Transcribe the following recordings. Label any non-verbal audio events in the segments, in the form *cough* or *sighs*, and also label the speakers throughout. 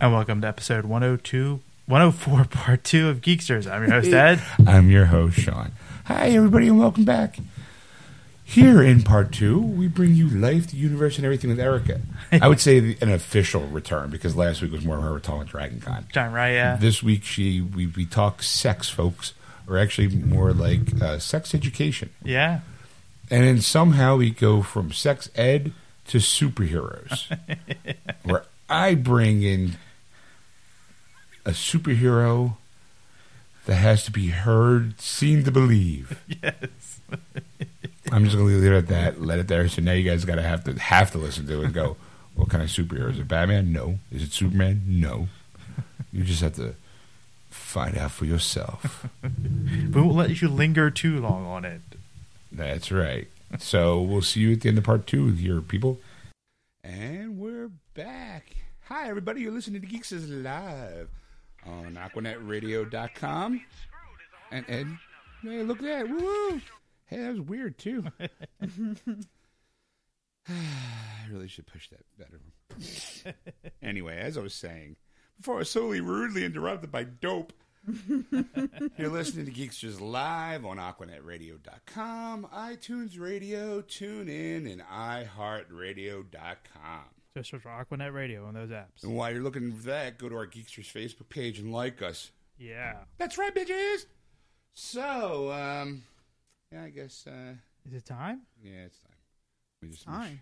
Speaker 1: And welcome to episode 102, 104, *laughs* part two of Geeksters. I'm your host,
Speaker 2: *laughs*
Speaker 1: Ed.
Speaker 3: I'm your host, Sean. Hi, everybody, and welcome back. Here in part two, we bring you life, the universe, and everything with Erica. I would say the, an official return because last week was more of her return at Dragon Con.
Speaker 1: John Raya.
Speaker 3: This week, she we, we talk sex, folks, or actually more like uh, sex education.
Speaker 1: Yeah.
Speaker 3: And then somehow we go from sex ed to superheroes, where I bring in a superhero that has to be heard, seen to believe.
Speaker 1: Yes.
Speaker 3: I'm just gonna leave it at that. Let it there. So now you guys gotta have to have to listen to it and go. What kind of superhero is it? Batman? No. Is it Superman? No. You just have to find out for yourself.
Speaker 1: We won't let you linger too long on it.
Speaker 3: That's right. So we'll see you at the end of part two here, people. And we're back. Hi, everybody. You're listening to Geeks is Live on AquanetRadio.com. And, and hey, look at that. Woo! Hey, that was weird, *laughs* too. *sighs* I really should push that better. *laughs* anyway, as I was saying, before I was solely rudely interrupted by dope, you're listening to Geeksters Live on AquanetRadio.com, iTunes Radio, TuneIn, and iHeartRadio.com.
Speaker 1: Just search for Aquanet Radio on those apps.
Speaker 3: And while you're looking for that, go to our Geeksters Facebook page and like us.
Speaker 1: Yeah.
Speaker 3: That's right, bitches! So, um, yeah, I guess, uh,
Speaker 1: Is it time?
Speaker 3: yeah, it's time. We just
Speaker 2: time.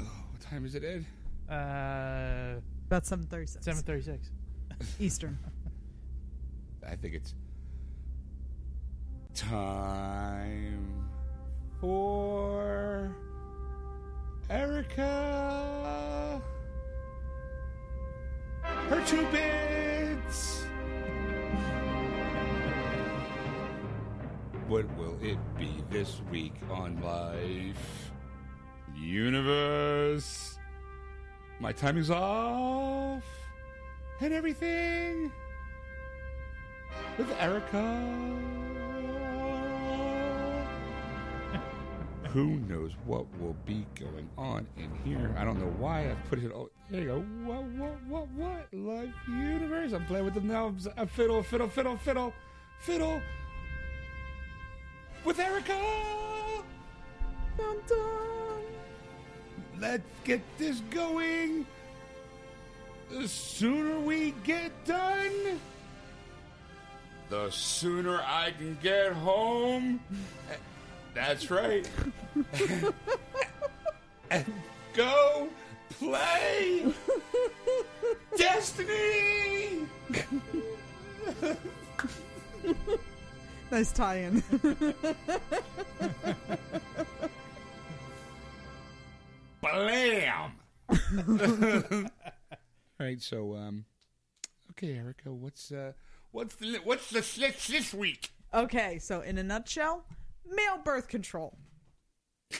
Speaker 3: Oh, what time is it, Ed?
Speaker 1: Uh,
Speaker 2: About 7.36.
Speaker 1: 736.
Speaker 3: *laughs*
Speaker 2: Eastern.
Speaker 3: I think it's time for Erica. Her two bits. what will it be this week on life? Universe. My timing's off. And everything with Erica. Who knows what will be going on in here? I don't know why I put it all. There you go. What, what, what, what? Life universe. I'm playing with the knobs. I fiddle, fiddle, fiddle, fiddle, fiddle. With Erica.
Speaker 2: Dun, dun.
Speaker 3: Let's get this going. The sooner we get done, the sooner I can get home. That's right. *laughs* and go *laughs* play Destiny.
Speaker 2: Nice tie-in. *laughs*
Speaker 3: *laughs* Blam. All right, so um okay, Erica, what's uh what's the what's the snitch this week?
Speaker 2: okay, so in a nutshell, male
Speaker 3: *laughs*
Speaker 2: birth control.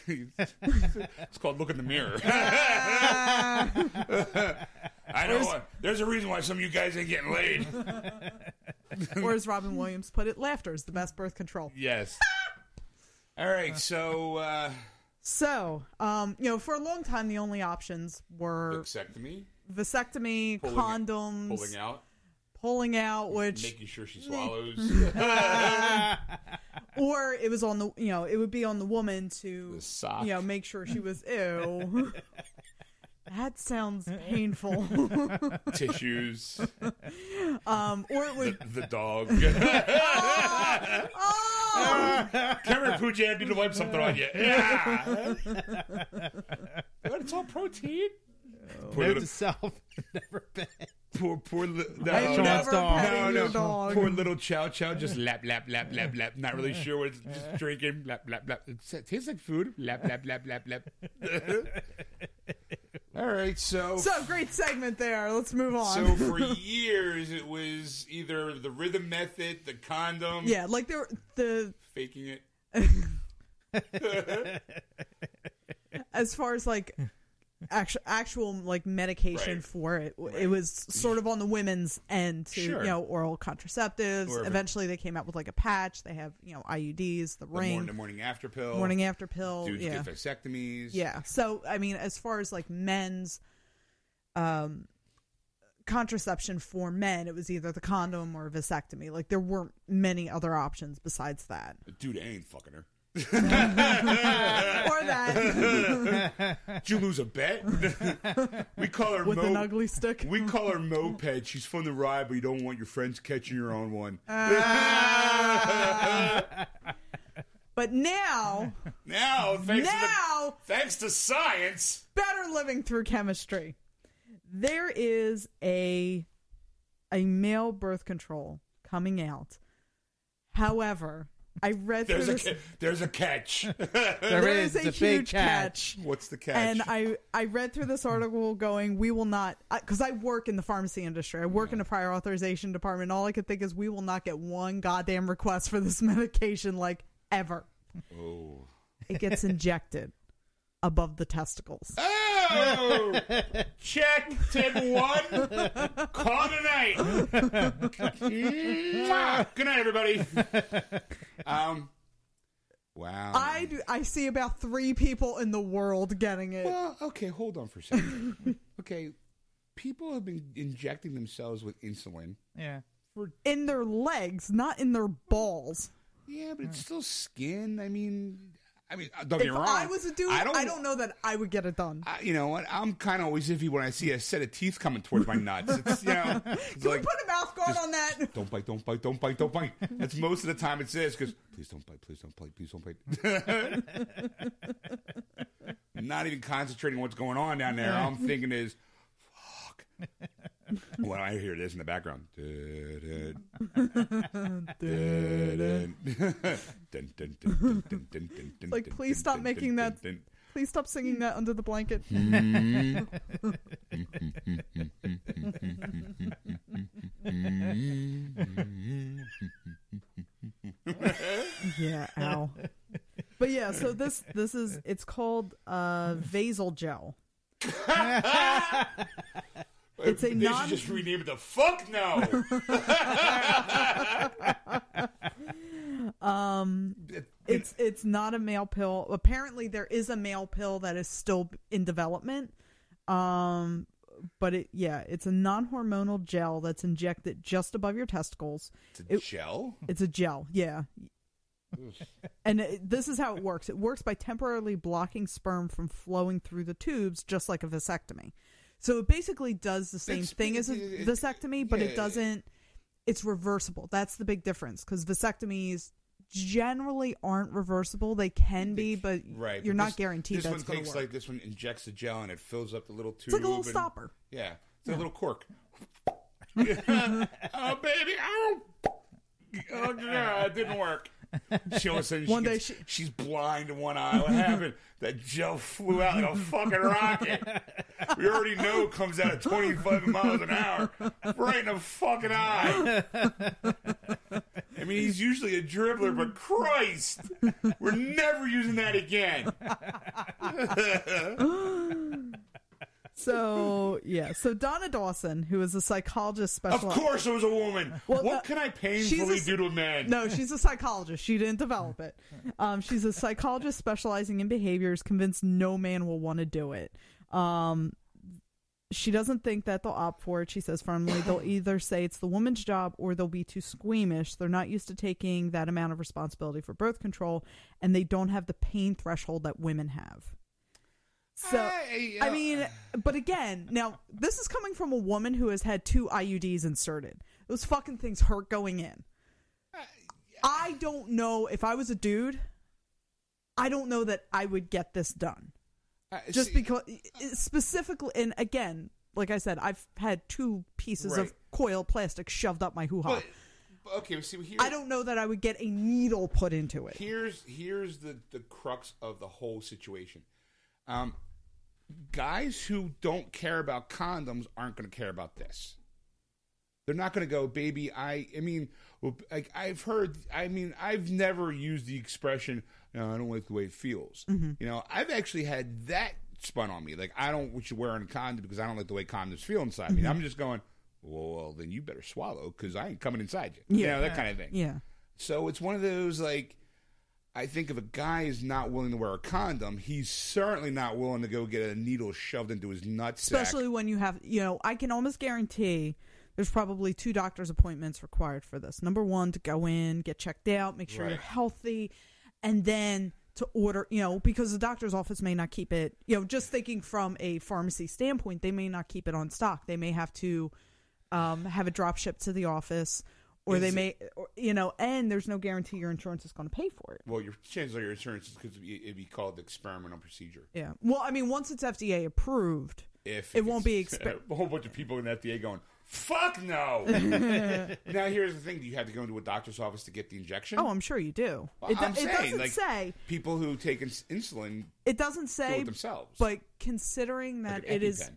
Speaker 3: it's called look in the mirror. *laughs* I know. uh, There's a reason why some of you guys ain't getting laid.
Speaker 2: Or as Robin Williams put it, laughter is the best birth control.
Speaker 3: yes. *laughs* All right. So uh,
Speaker 2: So, um, you know, for a long time, the only options were
Speaker 3: vasectomy,
Speaker 2: vasectomy,
Speaker 3: Pulling-
Speaker 2: condoms,
Speaker 3: pulling out,
Speaker 2: pulling out, which,
Speaker 3: making sure she swallows
Speaker 2: or it was on the, you know, it would be on the woman to,
Speaker 3: the sock.
Speaker 2: you know, make sure she
Speaker 3: *laughs*
Speaker 2: was, ew. that sounds painful.
Speaker 3: *laughs* tissues,
Speaker 2: um, or it
Speaker 3: *laughs*
Speaker 2: would, *laughs*
Speaker 3: the dog. Come
Speaker 2: oh!
Speaker 3: here, Pooja, I need to wipe something on you. Yeah. *laughs* But it's all protein. Poor
Speaker 1: Note
Speaker 3: little,
Speaker 1: to
Speaker 4: *laughs*
Speaker 1: self. Never been.
Speaker 3: poor, poor little.
Speaker 1: I've
Speaker 3: no,
Speaker 1: never dog.
Speaker 2: petted
Speaker 3: No,
Speaker 2: your
Speaker 3: no.
Speaker 2: dog.
Speaker 3: Poor little Chow Chow just lap, lap, lap, lap, lap. Not really sure what it's
Speaker 2: *laughs*
Speaker 3: just drinking. Lap, lap, lap. It sa- tastes like food. Lap, lap, lap, lap,
Speaker 2: *laughs*
Speaker 3: lap. All right, so. so-
Speaker 2: So great segment there. Let's move on. *laughs*
Speaker 3: for years it was either the rhythm method, the condom,
Speaker 2: yeah, like there the
Speaker 3: faking it.
Speaker 2: as far as like actual actual like medication
Speaker 3: Right.
Speaker 2: for it. W- It
Speaker 3: Right.
Speaker 2: was sort of on the women's end to
Speaker 3: Sure.
Speaker 2: you know oral contraceptives.
Speaker 3: Wherever.
Speaker 2: Eventually, they came out with like a patch. They have you know IUDs, the
Speaker 3: The morning,
Speaker 2: ring,
Speaker 3: the morning after pill.
Speaker 2: morning after pill.
Speaker 3: Dudes
Speaker 2: yeah,
Speaker 3: get vasectomies.
Speaker 2: yeah. So I mean, as far as like men's um contraception for men, it was either the condom or vasectomy. Like there weren't many other options besides that
Speaker 3: Dude, I ain't fucking her. *laughs*
Speaker 2: or that
Speaker 3: Did you lose a
Speaker 2: *laughs*
Speaker 3: bet? we call her
Speaker 2: with
Speaker 3: Mo.
Speaker 2: an ugly stick.
Speaker 3: we call
Speaker 2: *laughs*
Speaker 3: her moped. She's fun to ride, but you don't want your friends catching her on one.
Speaker 2: Uh, But now,
Speaker 3: now, *laughs* thanks
Speaker 2: now.
Speaker 3: to the, thanks to science,
Speaker 2: better living through chemistry. There is a a male birth control coming out. However, I read through
Speaker 3: there's a
Speaker 2: this.
Speaker 3: ca- there's a
Speaker 2: *laughs*
Speaker 3: catch.
Speaker 2: *laughs* there is
Speaker 4: It's
Speaker 2: a,
Speaker 4: big
Speaker 2: huge catch.
Speaker 3: What's the catch?
Speaker 2: And I, I read through this article going, we will not, because I, work in the pharmacy industry. I work in a prior authorization department. All I could think is, we will not get one goddamn request for this *laughs* medication, like ever.
Speaker 3: oh.
Speaker 2: It
Speaker 3: *laughs*
Speaker 2: gets injected above the testicles.
Speaker 3: *laughs* Oh! Check. Take one. Call
Speaker 2: *laughs*
Speaker 3: tonight. Mwah. Good night, everybody. Um. Wow.
Speaker 2: I do, I see about three people in the world getting it.
Speaker 3: Well, okay, hold on for a second. *laughs* okay, people have been injecting themselves with insulin.
Speaker 1: Yeah.
Speaker 2: in their legs, not in their balls.
Speaker 3: Yeah, but it's still skin. I mean, I mean, uh, don't get
Speaker 2: if
Speaker 3: me wrong.
Speaker 2: I was a dude, I don't, know that I would get it done.
Speaker 3: I- you know what? I'm kind of always iffy when I see a set of teeth coming towards my nuts. It's, you
Speaker 2: *laughs*
Speaker 3: know, it's
Speaker 2: Can
Speaker 3: like,
Speaker 2: we put a mouth guard on
Speaker 3: *laughs*
Speaker 2: that?
Speaker 3: don't bite, don't bite, don't bite, don't bite. That's most of the time it says because please don't bite, please don't bite, *laughs* please don't bite. Not even concentrating on what's going on down there. All I'm thinking is, fuck. When I hear this in the background, *laughs* dun, dun, dun, dun, dun, dun, dun, dun, dun,
Speaker 2: Like,
Speaker 3: dun,
Speaker 2: please
Speaker 3: dun,
Speaker 2: stop
Speaker 3: dun, dun,
Speaker 2: making that-
Speaker 3: dun,
Speaker 2: Please stop singing that under the blanket.
Speaker 3: Mm-hmm.
Speaker 2: yeah, ow. But yeah, so this this is it's called uh vasal gel.
Speaker 3: dun.
Speaker 2: It's a
Speaker 3: They
Speaker 2: non-
Speaker 3: should just rename it the fuck no.
Speaker 2: *laughs* Um it's it's not a male pill. Apparently there is a male pill that is still in development. Um but it yeah, it's a non-hormonal gel that's injected just above your testicles.
Speaker 3: It's a
Speaker 2: It-
Speaker 3: gel.
Speaker 2: It's a gel,
Speaker 3: *laughs*
Speaker 2: yeah. and it, this is how it works. It works by temporarily blocking sperm from flowing through the tubes, just like a vasectomy. So it basically does the same
Speaker 3: It's-
Speaker 2: thing as a
Speaker 3: it- it-
Speaker 2: vasectomy, but
Speaker 3: yeah.
Speaker 2: it doesn't. It's reversible. That's the big difference because vasectomies generally aren't reversible. They can be, but
Speaker 3: Right,
Speaker 2: you're
Speaker 3: but
Speaker 2: not
Speaker 3: this-
Speaker 2: guaranteed
Speaker 3: This
Speaker 2: that's
Speaker 3: one
Speaker 2: going
Speaker 3: takes
Speaker 2: to work.
Speaker 3: like this one injects the gel and it fills up the little tube.
Speaker 2: it's like a little
Speaker 3: and-
Speaker 2: stopper.
Speaker 3: Yeah, it's like a little cork. *laughs*
Speaker 2: *laughs*
Speaker 3: oh baby, ow! Oh yeah, it didn't work. She all of a sudden
Speaker 2: One
Speaker 3: she
Speaker 2: day
Speaker 3: gets-
Speaker 2: she-
Speaker 3: she's blind in one eye. What happened? That gel flew out like a fucking rocket. We already know it comes out at twenty five miles an hour, right in the fucking eye. I mean, he's usually a dribbler, but Christ, we're never using that again.
Speaker 2: So yeah. So Donna Dawson, who is a psychologist
Speaker 3: Of
Speaker 2: specializing.
Speaker 3: course, it was a woman.
Speaker 2: Well,
Speaker 3: what
Speaker 2: the-
Speaker 3: can I painfully
Speaker 2: she's a-
Speaker 3: do to a man?
Speaker 2: No, she's a psychologist. She didn't develop it. Um, she's a psychologist specializing in behaviors, convinced no man will want to do it. Um, she doesn't think that they'll opt for it. She says firmly they'll either say it's the woman's job or they'll be too squeamish. They're not used to taking that amount of responsibility for birth control, and they don't have the pain threshold that women have. So,
Speaker 3: I-
Speaker 2: I mean, but again, now this is coming from a woman who has had two IUDs inserted. Those fucking things hurt going in.
Speaker 3: Uh,
Speaker 2: I don't know if I was a dude. I don't know that I would get this done
Speaker 3: Uh,
Speaker 2: just
Speaker 3: see,
Speaker 2: because specifically. And again, like I said, I've had two pieces of
Speaker 3: Right.
Speaker 2: coil plastic shoved up my hoo ha.
Speaker 3: but- but okay, well, see, well, here,
Speaker 2: I don't know that I would get a needle put into it.
Speaker 3: Here's here's the the crux of the whole situation. Um, guys who don't care about condoms aren't going to care about this. They're not going to go, baby. I, I mean, like I've heard. I mean, I've never used the expression. No, I don't like the way it feels. You know, I've actually had that spun on me. Like I don't want you wearing a condom because I don't like the way condoms feel inside me. I'm just going, well, well, then you better swallow because I ain't coming inside you. You
Speaker 2: Yeah.
Speaker 3: know that kind of thing.
Speaker 2: Yeah.
Speaker 3: So it's one of those like I think if a guy is not willing to wear a condom, he's certainly not willing to go get a needle shoved into his nutsack.
Speaker 2: Especially when you have, you know, I can almost guarantee there's probably two doctor's appointments required for this. Number one, to go in, get checked out, make sure you're
Speaker 3: Right.
Speaker 2: healthy, and then to order, you know, because the doctor's office may not keep it, you know, just thinking from a pharmacy standpoint, they may not keep it on stock. They may have to um, have it drop shipped to the office. Or
Speaker 3: Is
Speaker 2: they
Speaker 3: it-
Speaker 2: may, or, you know, and there's no guarantee your insurance is going to pay for it.
Speaker 3: well, your chances are your insurance is because it'd be called the experimental procedure.
Speaker 2: Yeah. Well, I mean, once it's FDA approved,
Speaker 3: If
Speaker 2: It won't be
Speaker 3: it's-
Speaker 2: expe-
Speaker 3: *laughs* a whole bunch of people in the FDA going, "Fuck
Speaker 2: *laughs*
Speaker 3: no!" now here's the thing: do you have to go into a doctor's office to get the injection?
Speaker 2: oh, I'm sure you do.
Speaker 3: Well,
Speaker 2: it, do-
Speaker 3: I'm saying,
Speaker 2: it doesn't
Speaker 3: like,
Speaker 2: say.
Speaker 3: people who take ins- insulin
Speaker 2: It doesn't
Speaker 3: do
Speaker 2: say,
Speaker 3: it themselves.
Speaker 2: but considering that
Speaker 3: Like an
Speaker 2: it is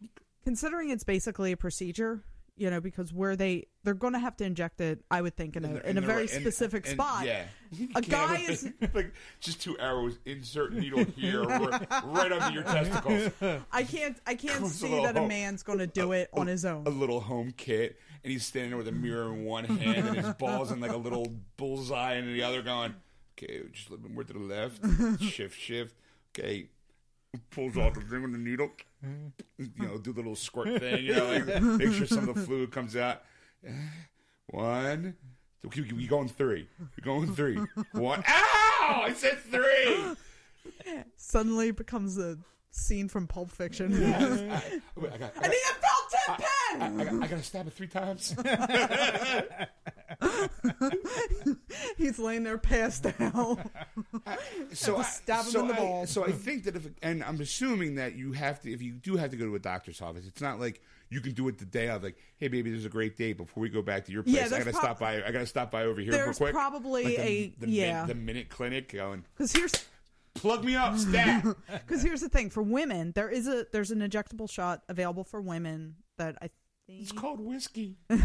Speaker 3: EpiPen.
Speaker 2: considering it's basically a procedure, you know, because where they they're going to have to inject it, I would think in a
Speaker 3: And the-
Speaker 2: in a
Speaker 3: and the-
Speaker 2: very
Speaker 3: and-
Speaker 2: specific
Speaker 3: and-
Speaker 2: spot.
Speaker 3: Yeah, *laughs*
Speaker 2: A guy
Speaker 3: Yeah.
Speaker 2: is-
Speaker 3: *laughs* like just two arrows, insert needle
Speaker 2: *laughs*
Speaker 3: here, right, right under your testicles.
Speaker 2: I can't I can't
Speaker 3: Comes
Speaker 2: see
Speaker 3: along.
Speaker 2: that a man's going to do it on
Speaker 3: *laughs*
Speaker 2: his
Speaker 3: A
Speaker 2: own.
Speaker 3: little home kit, and he's standing there with a mirror in one hand and his balls in like a little bullseye in the other, going, "Okay, just a little bit more to the left, shift, shift." Okay, pulls off the thing with the needle. You know, do the little squirt thing. You know, like make sure some of the fluid comes out. Eh, One. Okay, we we going three. We're going three. One. Ow! I said three.
Speaker 2: Suddenly it becomes a scene from Pulp Fiction. *laughs* and
Speaker 3: I, wait, I got, I,
Speaker 2: he
Speaker 3: got,
Speaker 2: felt ten
Speaker 3: I, *laughs*
Speaker 2: pen.
Speaker 3: got, I got to stab it three times.
Speaker 2: He's laying there passed out.
Speaker 3: so
Speaker 2: to
Speaker 3: I,
Speaker 2: stab him
Speaker 3: so
Speaker 2: in the
Speaker 3: I-
Speaker 2: balls. *laughs*
Speaker 3: So I think that if, and I'm assuming that you have to, if you do have to go to a doctor's office, it's not like you can do it the day of. Like, hey, baby, this is a great day. Before we go back to your place,
Speaker 2: Yeah,
Speaker 3: I
Speaker 2: there's
Speaker 3: gotta
Speaker 2: prob-
Speaker 3: stop by. I gotta stop by over here real
Speaker 2: There's
Speaker 3: quick.
Speaker 2: probably
Speaker 3: Like
Speaker 2: a-
Speaker 3: the, the, min-
Speaker 2: yeah.
Speaker 3: the minute clinic going.
Speaker 2: Because here's
Speaker 3: Plug me up,
Speaker 2: *laughs*
Speaker 3: stab.
Speaker 2: Because here's the thing: for women, there is a there's an injectable shot available for women that I think
Speaker 3: it's called whiskey.
Speaker 2: Uh,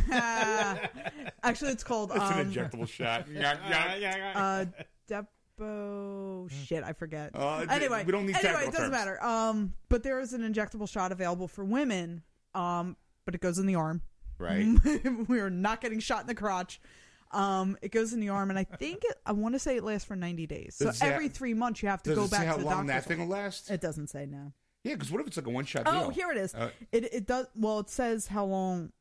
Speaker 2: actually it's called
Speaker 3: It's an
Speaker 2: um,
Speaker 3: injectable *laughs* shot. Yeah, yeah.
Speaker 2: uh, Depo. Shit, I forget.
Speaker 3: Uh,
Speaker 2: anyway,
Speaker 3: we don't need
Speaker 2: anyway, it
Speaker 3: technical
Speaker 2: doesn't
Speaker 3: terms.
Speaker 2: matter. Um, but there is an injectable shot available for women. Um, but it goes in the arm. Mm-hmm.
Speaker 3: Right.
Speaker 2: *laughs* we are not getting shot in the crotch. Um, it goes in the arm, and I think it, I want to say it lasts for ninety days. So
Speaker 3: Does it say-
Speaker 2: every three months, you have to
Speaker 3: Does
Speaker 2: go
Speaker 3: it
Speaker 2: back
Speaker 3: say how
Speaker 2: to the
Speaker 3: long that
Speaker 2: doctor's.
Speaker 3: thing will last?
Speaker 2: it doesn't say now.
Speaker 3: yeah, because what if it's like a one shot deal?
Speaker 2: Oh, here it is.
Speaker 3: Uh,
Speaker 2: it it does well. It says how long,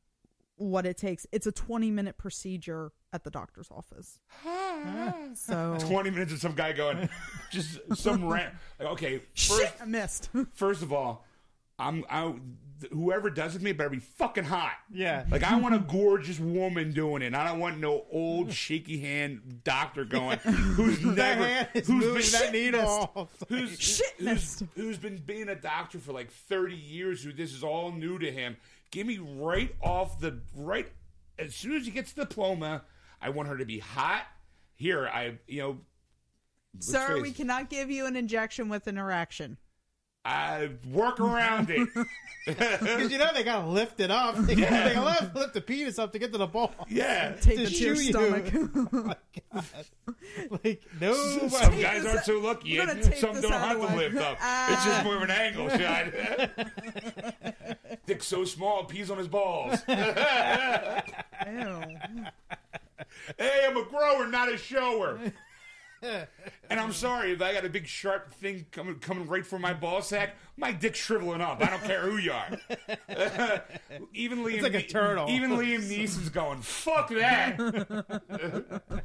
Speaker 2: what it takes. It's a twenty minute procedure at the doctor's office. So
Speaker 3: 20 minutes of some guy going,
Speaker 2: *laughs*
Speaker 3: just some rant. Like, okay, first,
Speaker 2: shit, I missed.
Speaker 3: first of all, I'm I, whoever does it to me better be fucking hot.
Speaker 1: Yeah.
Speaker 3: Like I want a gorgeous woman doing it. I don't want no old shaky hand doctor going who's never who's been
Speaker 4: *laughs*
Speaker 3: Who's,
Speaker 2: Shit
Speaker 3: who's,
Speaker 2: missed.
Speaker 3: who's been being a doctor for like 30 years who this is all new to him give me right off the right as soon as he gets the diploma i want her to be hot here i you know let's
Speaker 2: *laughs* Sir,
Speaker 3: face
Speaker 2: we
Speaker 3: it,
Speaker 2: cannot give you an injection with an erection.
Speaker 3: I work around it.
Speaker 4: Because you know they gotta lift it up. They gotta,
Speaker 2: *laughs*
Speaker 4: they gotta lift, lift the penis up to get to the ball.
Speaker 3: Yeah.
Speaker 2: Take
Speaker 4: To
Speaker 2: it to your
Speaker 4: shoot you.
Speaker 3: *laughs*
Speaker 4: Oh
Speaker 2: stomach.
Speaker 4: *laughs*
Speaker 2: *laughs*
Speaker 4: Like no,
Speaker 3: Some
Speaker 2: tape
Speaker 3: guys
Speaker 2: this
Speaker 3: aren't
Speaker 2: out-
Speaker 3: so lucky.
Speaker 2: we're gonna
Speaker 3: and
Speaker 2: tape
Speaker 3: Some
Speaker 2: this
Speaker 3: don't have
Speaker 2: out of Ah.
Speaker 3: to
Speaker 2: the way.
Speaker 3: lift up. It's just more of an angle
Speaker 2: *laughs*
Speaker 3: shot. Dick's so small, pees on his balls.
Speaker 2: Ew. *laughs*
Speaker 3: Hey, I'm a grower, not a shower. and I'm sorry if I got a big sharp thing coming coming right for my ball sack. My dick's shriveling up. I don't care who you are. *laughs* even Liam,
Speaker 4: like a
Speaker 3: Ne-
Speaker 4: turtle.
Speaker 3: Even Liam Neeson's going, "Fuck that." *laughs*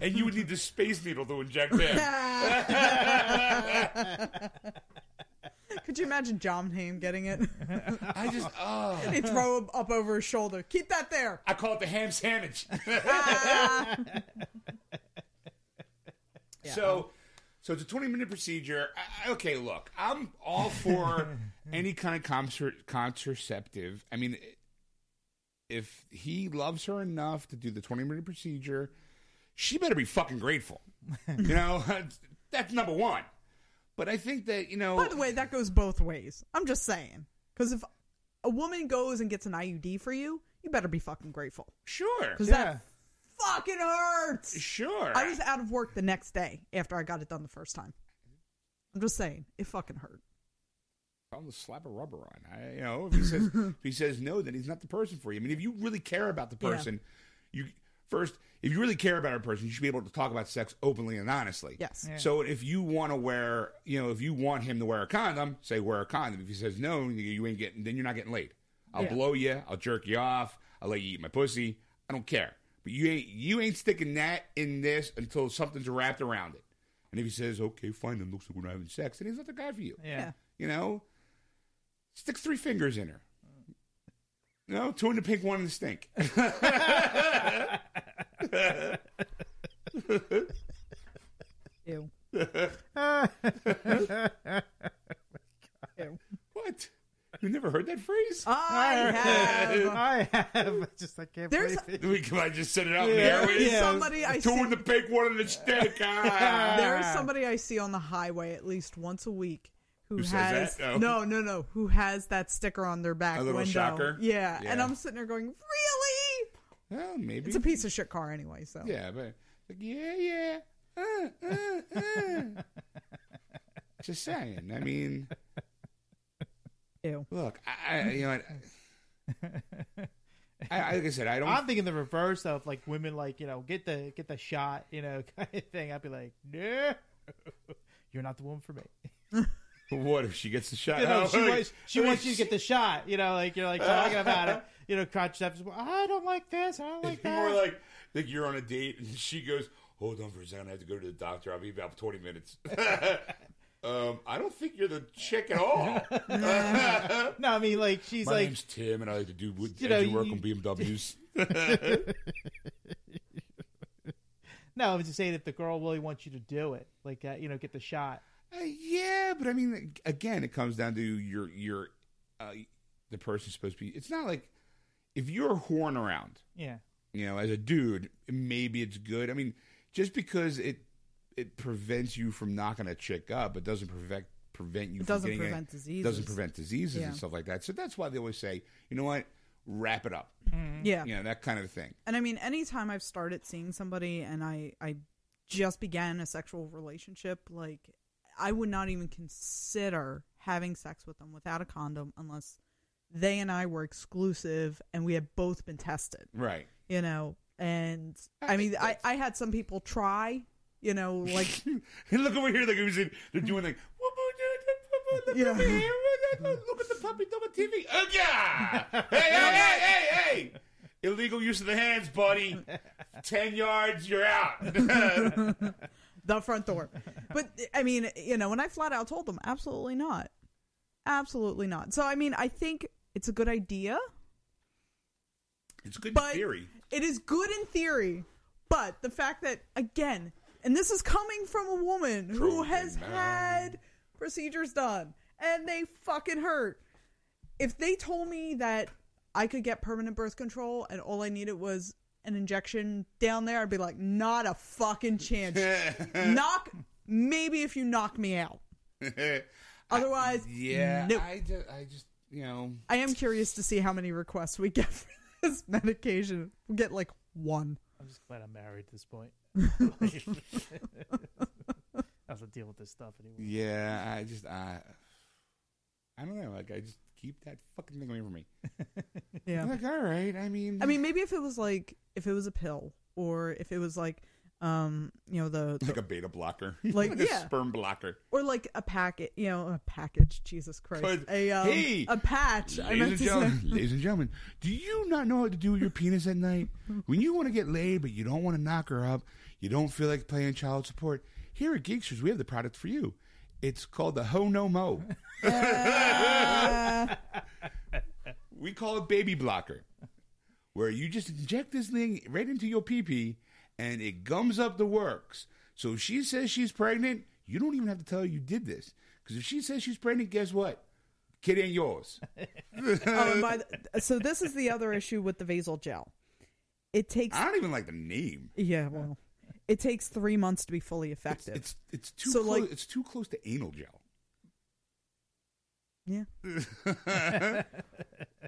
Speaker 3: and you would need the space needle to inject
Speaker 2: *laughs*
Speaker 3: that.
Speaker 2: Could you imagine John Hamm getting it? *laughs*
Speaker 3: I just, oh,
Speaker 2: they throw him up over his shoulder. Keep that there.
Speaker 3: I call it the ham
Speaker 2: *laughs*
Speaker 3: sandwich. *laughs* So, so it's a twenty-minute procedure. I, I- okay, look, I'm all
Speaker 2: *laughs*
Speaker 3: for any kind of concert, contraceptive. I mean, if he loves her enough to do the twenty-minute procedure, she better be fucking grateful. You
Speaker 2: *laughs*
Speaker 3: know, that's number one. But I think that you know,
Speaker 2: By the way, that goes both ways. I'm just saying. Because if a woman goes and gets an IUD for you, you better be fucking grateful. *laughs*
Speaker 3: sure,
Speaker 2: Because that fucking hurts.
Speaker 3: sure.
Speaker 2: I was out of work the next day after I got it done the first time. I'm just saying, it fucking hurt.
Speaker 3: Tell him to slap a rubber on. I, you know, if he
Speaker 2: *laughs*
Speaker 3: says if he says no, then he's not the person for you. I mean, if you really care about the
Speaker 2: Yeah.
Speaker 3: person, you first, if you really care about a person, you should be able to talk about sex openly and honestly.
Speaker 2: Yes.
Speaker 1: Yeah.
Speaker 3: So if you want to wear, you know, if you want him to wear a condom, say wear a condom. If he says no, you- you ain't getting. Then you're not getting laid. I'll
Speaker 2: Yeah.
Speaker 3: blow you. I'll jerk you off. I'll let you eat my pussy. I don't care. But you ain't you ain't sticking that in this until something's wrapped around it. And if he says, "Okay, fine," then looks like we're not having sex, then he's not the guy for you.
Speaker 1: Yeah.
Speaker 3: You know, stick three fingers in her. No, two in the pink, one in the stink.
Speaker 2: Ew. Ew.
Speaker 3: What? You never heard that phrase?
Speaker 2: I have.
Speaker 4: *laughs* I have. Just I can't
Speaker 2: There's-
Speaker 4: believe
Speaker 3: *laughs*
Speaker 4: it.
Speaker 3: We come on, just set it out
Speaker 4: Yeah.
Speaker 3: in the airways.
Speaker 4: Yeah.
Speaker 2: Somebody I
Speaker 3: Two
Speaker 2: see.
Speaker 3: in the pink, one in the stick. Ah.
Speaker 2: there is somebody I see on the highway at least once a week who,
Speaker 3: Who says
Speaker 2: has
Speaker 3: that? Oh.
Speaker 2: no, no, no, who has that sticker on their back
Speaker 3: A little
Speaker 2: window.
Speaker 3: shocker?
Speaker 2: Yeah. and
Speaker 3: Yeah.
Speaker 2: I'm sitting there going, really?
Speaker 3: *laughs* Well, maybe.
Speaker 2: It's a piece of shit car anyway. So
Speaker 3: yeah, but like, yeah, yeah. Uh, uh, uh. just saying. I mean,
Speaker 2: ew.
Speaker 3: look, I, I you know, I- I, I, like I said, I don't.
Speaker 4: I'm thinking the reverse of like women, like you know, get the get the shot, you know, *laughs* kind of thing. I'd be like, no, you're not the woman for me. *laughs*
Speaker 3: what if she gets the shot?
Speaker 4: You know,
Speaker 3: Oh, *laughs*
Speaker 4: she
Speaker 3: like-
Speaker 4: wants, she
Speaker 3: I mean,
Speaker 4: wants you to get the shot. You know, like you're like talking about
Speaker 3: *laughs*
Speaker 4: it. You know, crotch steps. Well, I don't like this. I don't like that.
Speaker 3: More like like you're on a date and she goes, "Hold on for a second, I have to go to the doctor. I'll be about twenty minutes." *laughs* um, I don't think you're the chick at all.
Speaker 4: *laughs*
Speaker 3: *laughs*
Speaker 4: no, I mean, like she's
Speaker 3: My
Speaker 4: like,
Speaker 3: name's Tim, and I like to do wood,
Speaker 4: You know,
Speaker 3: I do work
Speaker 4: you-
Speaker 3: on
Speaker 4: *laughs*
Speaker 3: *laughs* BMWs. Uh,
Speaker 4: no, I'm just saying if the girl really wants you to do it, like uh, you know, get the shot.
Speaker 3: Uh, yeah, but I mean, again, it comes down to your your uh, the person's supposed to be. It's not like if you're horn around,
Speaker 4: Yeah,
Speaker 3: you know, as a dude, maybe it's good. I mean, just because it it prevents you from knocking a chick up, it doesn't prevent prevent you.
Speaker 2: It
Speaker 3: from
Speaker 2: doesn't
Speaker 3: getting
Speaker 2: prevent
Speaker 3: it
Speaker 2: diseases.
Speaker 3: doesn't prevent diseases
Speaker 2: Yeah.
Speaker 3: and stuff like that. So that's why they always say, you know what, wrap it up,
Speaker 2: Yeah.
Speaker 3: you know, that kind of thing.
Speaker 2: And I mean, anytime I've started seeing somebody and I, I just began a sexual relationship, like I would not even consider having sex with them without a condom unless they and I were exclusive and we had both been tested,
Speaker 3: Right.
Speaker 2: you know? And
Speaker 3: I
Speaker 2: I mean,
Speaker 3: think
Speaker 2: I, I had some people try, you know,
Speaker 3: *laughs*
Speaker 2: like,
Speaker 3: And look over here, like who's in, they're doing like. *laughs* "Whoop, whoop, do, do, do, do,
Speaker 2: Yeah.
Speaker 3: do, do, do, do, Look at the puppy on the TV. Oh, yeah. Hey, hey, hey, hey, hey. Illegal use of the hands, buddy. Ten yards, you're
Speaker 2: *laughs*
Speaker 3: out. *laughs*
Speaker 2: the front door. But I mean, you know, and I flat out told them, absolutely not. Absolutely not. So, I mean, I think it's a good idea.
Speaker 3: It's good *laughs*
Speaker 2: But-
Speaker 3: theory.
Speaker 2: It is good in theory, but the fact that again, and this is coming from a woman who
Speaker 3: Proven
Speaker 2: has
Speaker 3: man.
Speaker 2: had procedures done and they fucking hurt. If they told me that I could get permanent birth control and all I needed was an injection down there, I'd be like, not a fucking chance.
Speaker 3: Eh.
Speaker 2: knock maybe if you knock me out. Otherwise,
Speaker 3: yeah,
Speaker 2: no.
Speaker 3: I just, I just, you know,
Speaker 2: I am curious to see how many requests we get *laughs* for this medication. We'll get like one.
Speaker 5: I'm just glad I'm married at this
Speaker 3: *laughs*
Speaker 5: point. I have to deal with this stuff anyway.
Speaker 3: yeah, I just, I, I don't know. Like, I just keep that fucking thing away from me.
Speaker 2: Yeah.
Speaker 3: I'm like, all right. I mean,
Speaker 2: I mean, maybe if it was like if it was a pill, or if it was like, um, you know, the,
Speaker 3: *laughs*
Speaker 2: the-
Speaker 3: like a beta blocker,
Speaker 2: Like,
Speaker 3: a
Speaker 2: yeah.
Speaker 3: sperm blocker.
Speaker 2: or like a packet, you know, a package. Jesus Christ,
Speaker 3: But-
Speaker 2: a um,
Speaker 3: hey!
Speaker 2: a patch. I meant
Speaker 3: Ladies
Speaker 2: to
Speaker 3: and,
Speaker 2: say.
Speaker 3: gentlemen, ladies and gentlemen, do you not know what to do with your penis at night? When you want to get laid, but you don't want to knock her up, you don't feel like paying child support, here at Geeksters, we have the product for you. It's called the Ho No Mo. *laughs* we call it Baby Blocker, where you just inject this thing right into your pee pee and it gums up the works. So if she says she's pregnant, you don't even have to tell her you did this. Because if she says she's pregnant, guess what? Kid ain't yours.
Speaker 2: Oh,
Speaker 3: *laughs*
Speaker 2: and by the, so this is the other issue with the Vasil gel. It takes
Speaker 3: I don't even like the name.
Speaker 2: yeah, well, it takes three months to be fully
Speaker 3: It's
Speaker 2: effective.
Speaker 3: it's, it's too
Speaker 2: So,
Speaker 3: close.
Speaker 2: like-
Speaker 3: it's too close to anal gel.
Speaker 2: yeah.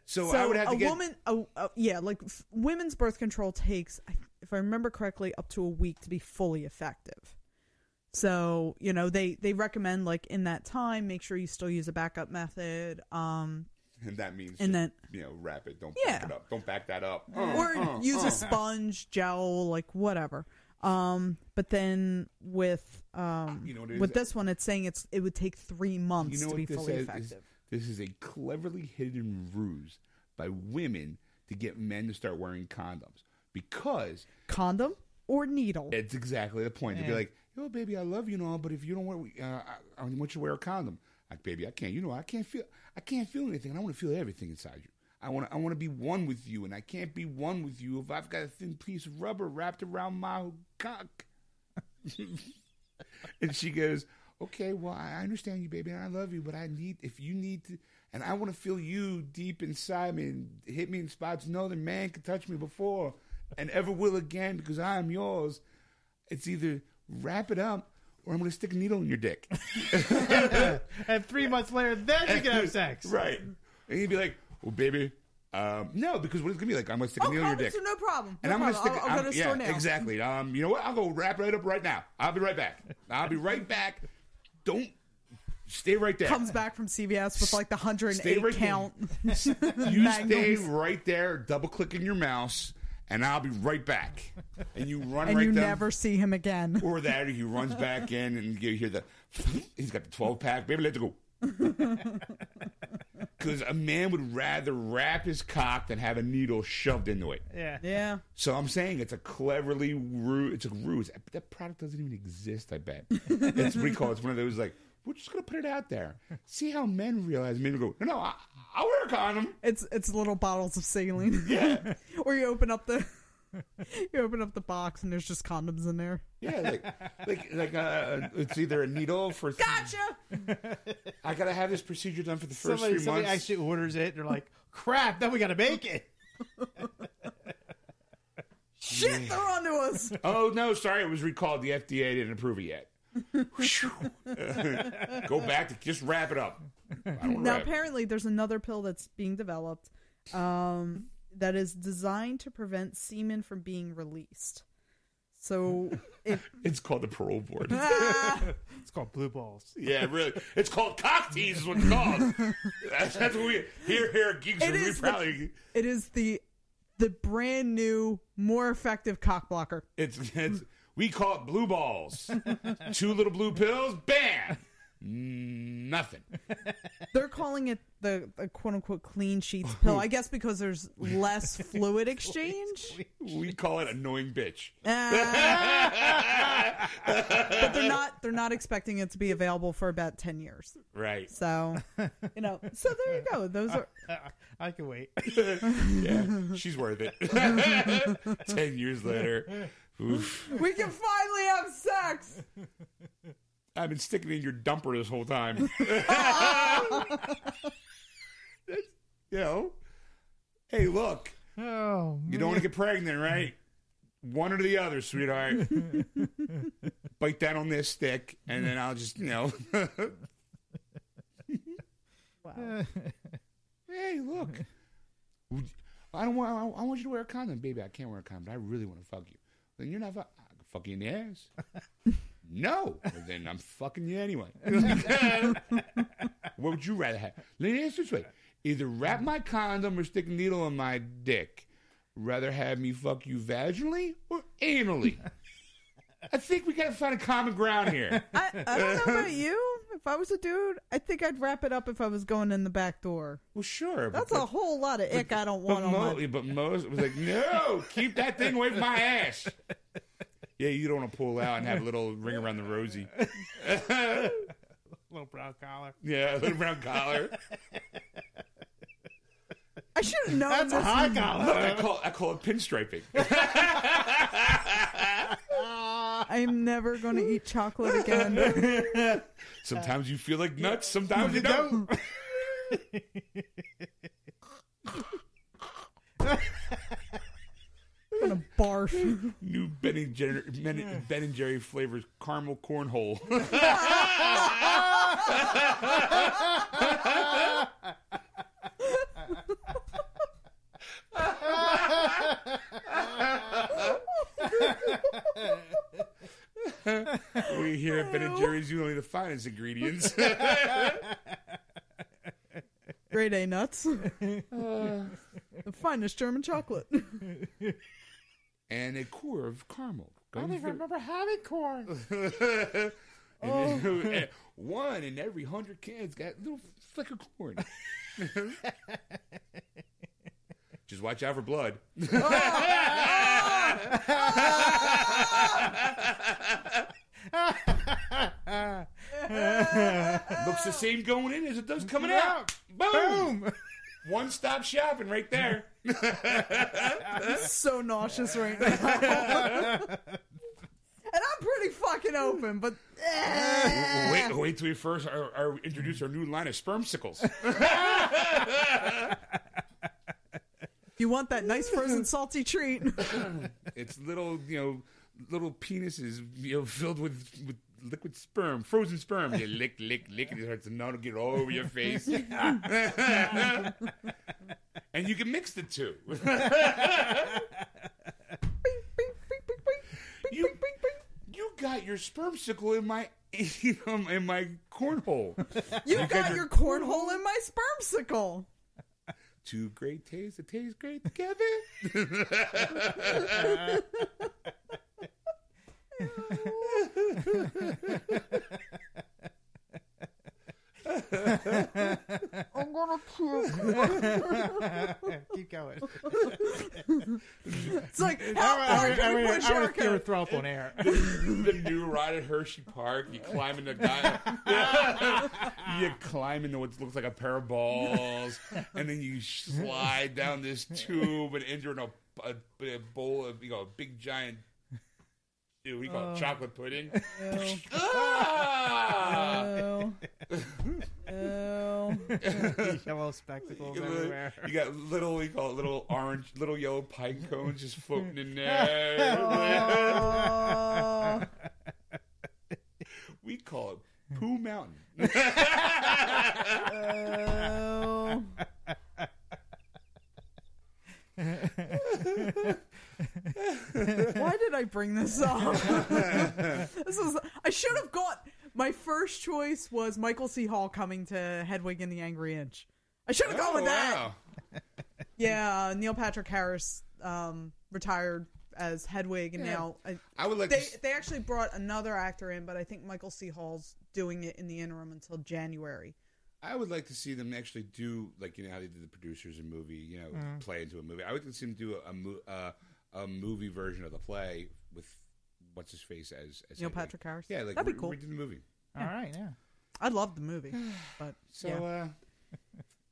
Speaker 3: So, I would have
Speaker 2: a
Speaker 3: to get
Speaker 2: woman, a, a- yeah, like f- women's birth control takes, I- if I remember correctly, up to a week to be fully effective. So, you know, they they recommend like in that time, make sure you still use a backup method. Um
Speaker 3: And that means just,
Speaker 2: And then-
Speaker 3: you know, wrap it. Don't
Speaker 2: Yeah.
Speaker 3: back it up. Don't back that up. Uh,
Speaker 2: or
Speaker 3: mm,
Speaker 2: use a sponge, gel, like whatever. Um but then with um
Speaker 3: You know what it
Speaker 2: with
Speaker 3: is?
Speaker 2: this one it's saying it's it would take 3 months
Speaker 3: You know what
Speaker 2: to be
Speaker 3: this
Speaker 2: fully
Speaker 3: is?
Speaker 2: effective.
Speaker 3: Is- This is a cleverly hidden ruse by women to get men to start wearing condoms because
Speaker 2: Condom or needle?
Speaker 3: That's exactly the point. They'd be
Speaker 4: Yeah.
Speaker 3: like, "Yo, baby, I love you and all, but if you don't wear, uh, I, I want you to wear a condom." Like, baby, I can't. You know, I can't feel. I can't feel anything. And I want to feel everything inside you. I want. to. I want to be one with you, and I can't be one with you if I've got a thin piece of rubber wrapped around my cock. *laughs* and she goes, "Okay, well, I I understand you, baby, and I love you, but I need if you need to, and I want to feel you deep inside me and hit me in spots no other man could touch me before, and ever will again because I am yours. It's either wrap it up." Or I'm gonna stick a needle in your dick,
Speaker 4: and three months later, then you can
Speaker 3: *laughs*
Speaker 4: have sex.
Speaker 3: right? And you'd be like, "Well, baby, um, no," because what it's gonna be like? I'm gonna stick a
Speaker 2: oh,
Speaker 3: needle in your dick,
Speaker 2: condoms are no problem.
Speaker 3: and
Speaker 2: No
Speaker 3: I'm gonna
Speaker 2: problem.
Speaker 3: stick.
Speaker 2: I'll, I'll
Speaker 3: I'm-
Speaker 2: go to a
Speaker 3: yeah,
Speaker 2: store now.
Speaker 3: exactly. Um, you know what? I'll go wrap it up right now. I'll be right back. I'll be right back. Don't stay right there.
Speaker 2: Comes back from CVS with like the 108
Speaker 3: right there.
Speaker 2: count.
Speaker 3: *laughs* You stay
Speaker 2: Magnums.
Speaker 3: right there, double clicking your mouse, and I'll be right back. And you run
Speaker 2: and
Speaker 3: right
Speaker 2: you
Speaker 3: down.
Speaker 2: never see him again.
Speaker 3: or that, or he runs back in, and you hear the. He's got the twelve pack. Baby, let's go. *laughs* Because a man would rather wrap his cock than have a needle shoved into it.
Speaker 4: Yeah.
Speaker 2: Yeah.
Speaker 3: So I'm saying it's a cleverly ruse. It's a ruse. But That product doesn't even exist. I bet it's recall. It's one of those like we're just gonna put it out there, see how men realize. Men go, no, no, I, I wear a condom.
Speaker 2: It's it's little bottles of saline. *laughs*
Speaker 3: Yeah.
Speaker 2: or you open up the you open up the box and there's just condoms in there.
Speaker 3: Yeah, like like like uh, it's either a needle for.
Speaker 2: Gotcha.
Speaker 3: I gotta have this procedure done for the first
Speaker 4: Somebody,
Speaker 3: three
Speaker 4: somebody
Speaker 3: months.
Speaker 4: actually orders it. They're like, "Crap! Now we gotta make it."
Speaker 2: Shit, they're
Speaker 3: *laughs*
Speaker 2: onto us.
Speaker 3: Oh no, sorry, it was recalled. The FDA didn't approve it yet. Whew. *laughs* Go back to just wrap it up. I don't wanna
Speaker 2: Now
Speaker 3: wrap it.
Speaker 2: apparently there's another pill that's being developed um that is designed to prevent semen from being released. So
Speaker 3: *laughs*
Speaker 2: it
Speaker 3: It's called the parole board.
Speaker 4: It's called blue balls. *laughs*
Speaker 3: Yeah, really. It's called cock tease is what it's called.
Speaker 2: *laughs*
Speaker 3: that's, that's what we here here at geeks.
Speaker 2: It
Speaker 3: we
Speaker 2: is the-
Speaker 3: probably
Speaker 2: it is the the brand new more effective cock blocker.
Speaker 3: it's, it's we call it blue balls. Two little blue pills, bam. Nothing.
Speaker 2: They're calling it the, the quote unquote clean sheets pill. I guess because there's less fluid exchange. *laughs*
Speaker 3: We call it annoying bitch.
Speaker 2: Ah. but they're not they're not expecting it to be available for about ten years. *laughs*
Speaker 3: Right.
Speaker 2: So you know, so there you go. Those are
Speaker 4: I can wait. *laughs*
Speaker 3: Yeah. She's worth it. *laughs* Ten years later. Oof.
Speaker 2: we can finally have sex.
Speaker 3: I've been sticking it in your dumper this whole time. That's- you know. Hey, look.
Speaker 4: Oh,
Speaker 3: You don't want to get pregnant, right? One or the other, sweetheart. Bite that on this stick, and then I'll just, you know.
Speaker 2: Wow.
Speaker 3: hey, look. I don't want. I want you to wear a condom, baby. I can't wear a condom. But I really want to fuck you. Then you're not. Fu- I can fuck you in the ass. no. Well, then I'm fucking you anyway. what would you rather have? Let me ask this way: either wrap my condom or stick a needle in my dick. Rather have me fuck you vaginally or anally? I think we gotta find a common ground here.
Speaker 2: I, I don't know about you. If I was a dude, I think I'd wrap it up if I was going in the back door.
Speaker 3: Well, sure.
Speaker 2: That's a whole lot of ick I don't want
Speaker 3: But,
Speaker 2: on
Speaker 3: Mo,
Speaker 2: my.
Speaker 3: but Moses was like, "No, keep that thing away from my ass." Yeah, you don't want to pull out and have a little ring around the rosy.
Speaker 4: little brown collar.
Speaker 3: Yeah, a little brown collar.
Speaker 2: I should have known.
Speaker 4: That's a
Speaker 2: this.
Speaker 4: high collar.
Speaker 3: Look,
Speaker 4: *laughs*
Speaker 3: I call I call it pinstriping. Ah.
Speaker 2: I'm never going to eat chocolate
Speaker 4: *laughs*
Speaker 2: again.
Speaker 3: Sometimes you feel like nuts, sometimes you don't.
Speaker 2: I'm going to barf.
Speaker 3: New Ben and Jerry, ben, ben and Jerry flavors caramel cornhole. we you hear at Ben and Jerry's, you don't need the finest ingredients.
Speaker 2: Grade A nuts. the finest German chocolate.
Speaker 3: and a core of caramel.
Speaker 4: I don't even remember having corn.
Speaker 3: *laughs* And then- one in every hundred cans got a little flick of *laughs* corn. Just watch out for *laughs* blood. Oh. *laughs* Looks the same going in as it does coming out. Boom!
Speaker 4: Boom.
Speaker 3: One stop shopping right there.
Speaker 2: I'm so nauseous right now. and I'm pretty fucking open, but Eh.
Speaker 3: Wait, wait till we first are, are introduce our new line of spermsicles.
Speaker 2: you want that nice frozen salty treat.
Speaker 3: It's little, you know, little penises, you know, filled with with liquid sperm, frozen sperm. You lick, lick, lick, and it starts to not get all over your face. *laughs* and you can mix the two. *laughs* you, you got your spermsicle in my *laughs* um, in my cornhole.
Speaker 2: You got your cornhole in my spermsicle.
Speaker 3: Two great tastes that taste great together.
Speaker 2: I'm gonna puke.
Speaker 4: *laughs* Keep
Speaker 3: *laughs*
Speaker 4: going.
Speaker 2: It's like how
Speaker 4: I
Speaker 2: far
Speaker 4: would I
Speaker 2: can we
Speaker 4: would-
Speaker 2: push
Speaker 4: I would fear
Speaker 2: Erica?
Speaker 4: to throw up
Speaker 3: *laughs*
Speaker 4: on air. *laughs*
Speaker 3: the new ride at Hershey Park. You climb in the
Speaker 2: *laughs*
Speaker 3: guy. you climb into what looks like a pair of balls, and then you slide down this tube and enter in a, a, a bowl of you know a big giant. Dude, what do you call
Speaker 2: Oh.
Speaker 3: it? Chocolate
Speaker 2: *laughs*
Speaker 3: pudding. Ah!
Speaker 2: Oh. Oh.
Speaker 4: Yellow spectacles
Speaker 3: You got
Speaker 4: everywhere.
Speaker 3: little- you got little, we call it little orange, little yellow pine cones just floating
Speaker 2: *laughs*
Speaker 3: in there.
Speaker 2: Oh.
Speaker 3: we call it Pooh Mountain.
Speaker 2: Oh. Why did I bring this up? *laughs* this is I should have got my first choice was Michael C. Hall coming to Hedwig and the Angry Inch. I should have gone with that.
Speaker 3: Oh, wow.
Speaker 2: Yeah, uh, Neil Patrick Harris um, retired as Hedwig, and now I,
Speaker 3: I would like to
Speaker 2: they
Speaker 3: s-
Speaker 2: they actually brought another actor in, but I think Michael C. Hall's doing it in the interim until January.
Speaker 3: I would like to see them actually do like you know how they did the producers in movie, you know,
Speaker 2: Mm-hmm.
Speaker 3: play into a movie. I would like to see them do a a, mo- uh, a movie version of the play with what's his face as, as
Speaker 2: Neil
Speaker 3: Hedwig.
Speaker 2: Patrick Harris.
Speaker 3: Yeah, like
Speaker 2: that'd be
Speaker 3: we-
Speaker 2: cool.
Speaker 3: We did the movie.
Speaker 4: All right, yeah.
Speaker 2: I love
Speaker 4: *sighs*
Speaker 2: the movie, but
Speaker 3: So
Speaker 2: yeah.
Speaker 3: uh,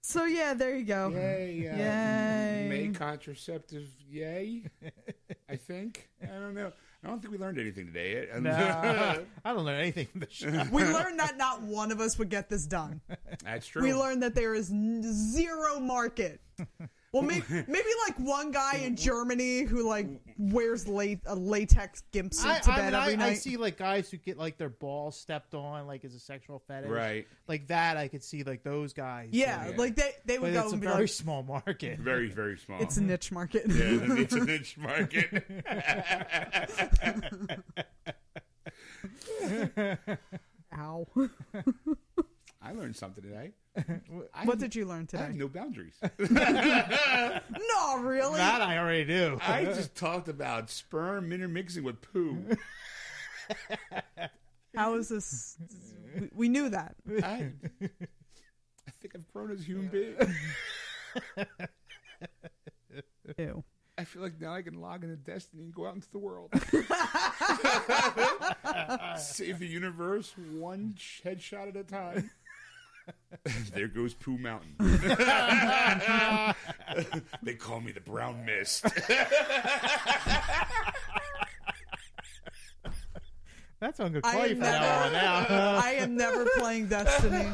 Speaker 2: So yeah, there you go.
Speaker 3: yay, uh,
Speaker 2: Yay.
Speaker 3: May contraceptive, yay! I think I don't know. I don't think we learned anything
Speaker 2: *laughs*
Speaker 3: today. I- I-
Speaker 4: Nah, I don't learn anything from this show.
Speaker 2: *laughs* We learned that not one of us would get this done.
Speaker 3: *laughs* That's true.
Speaker 2: We learned that there is n- zero market.
Speaker 4: *laughs*
Speaker 2: Well, maybe, maybe like one guy in Germany who like wears la- a latex gimp suit
Speaker 4: I,
Speaker 2: to
Speaker 4: I,
Speaker 2: bed
Speaker 4: mean,
Speaker 2: every
Speaker 4: I,
Speaker 2: night.
Speaker 4: I see like guys who get like their balls stepped on, like as a sexual fetish,
Speaker 3: Right.
Speaker 4: Like that, I could see like those guys.
Speaker 2: yeah,
Speaker 4: doing it.
Speaker 2: like they they would
Speaker 4: but
Speaker 2: go
Speaker 4: it's a
Speaker 2: and be
Speaker 4: very
Speaker 2: like,
Speaker 4: small market.
Speaker 3: Very very small.
Speaker 2: it's a niche market. *laughs*
Speaker 3: Yeah, *laughs* it's a niche market.
Speaker 2: Ow!
Speaker 3: I learned something today. I
Speaker 2: *laughs* What
Speaker 3: have-
Speaker 2: did you learn
Speaker 3: I
Speaker 2: today?
Speaker 3: have no boundaries.
Speaker 2: No, *laughs* really.
Speaker 4: That I already do.
Speaker 3: I just talked about sperm intermixing with poo.
Speaker 2: How is this? we- We knew that.
Speaker 4: *laughs*
Speaker 3: I, I think I've grown as a human being.
Speaker 2: Ew.
Speaker 3: I feel like now I can log into Destiny and go out into the world. Save the universe one sh- headshot at a time. *laughs* there goes Pooh Mountain. *laughs* they call me the Brown Mist.
Speaker 4: *laughs*
Speaker 3: *laughs*
Speaker 4: That's on good
Speaker 2: I
Speaker 4: play
Speaker 2: am
Speaker 4: for now
Speaker 2: never.
Speaker 4: on
Speaker 2: *laughs*
Speaker 4: now. *laughs*
Speaker 2: I am never playing Destiny.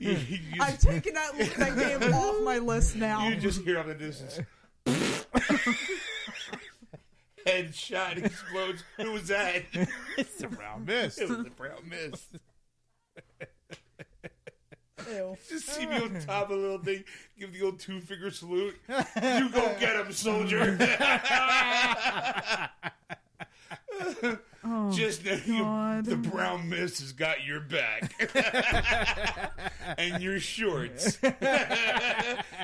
Speaker 3: you, you *laughs*
Speaker 2: I've taken that, that game off my list now.
Speaker 3: You just hear on the distance. *laughs* Headshot explodes. Who was that?
Speaker 4: It's a round miss.
Speaker 3: It was the brown mist.
Speaker 2: Ew.
Speaker 3: Just see me on top of the little thing, give the old two finger salute. You go get him, soldier. *laughs* Just know you,
Speaker 2: God.
Speaker 3: the brown mist has got your back and your shorts. *laughs* and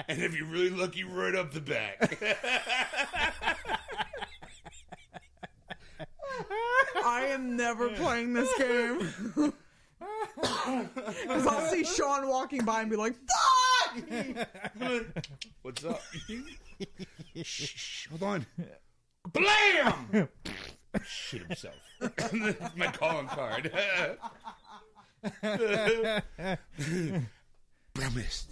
Speaker 3: if you're really lucky, right up the back.
Speaker 2: I am never playing this game. *laughs* Because I'll see Sean walking by and be like, fuck!
Speaker 3: What's up? Shh, shh, hold on. Blam! Shit himself. *laughs* My calling card. *laughs* brown mist.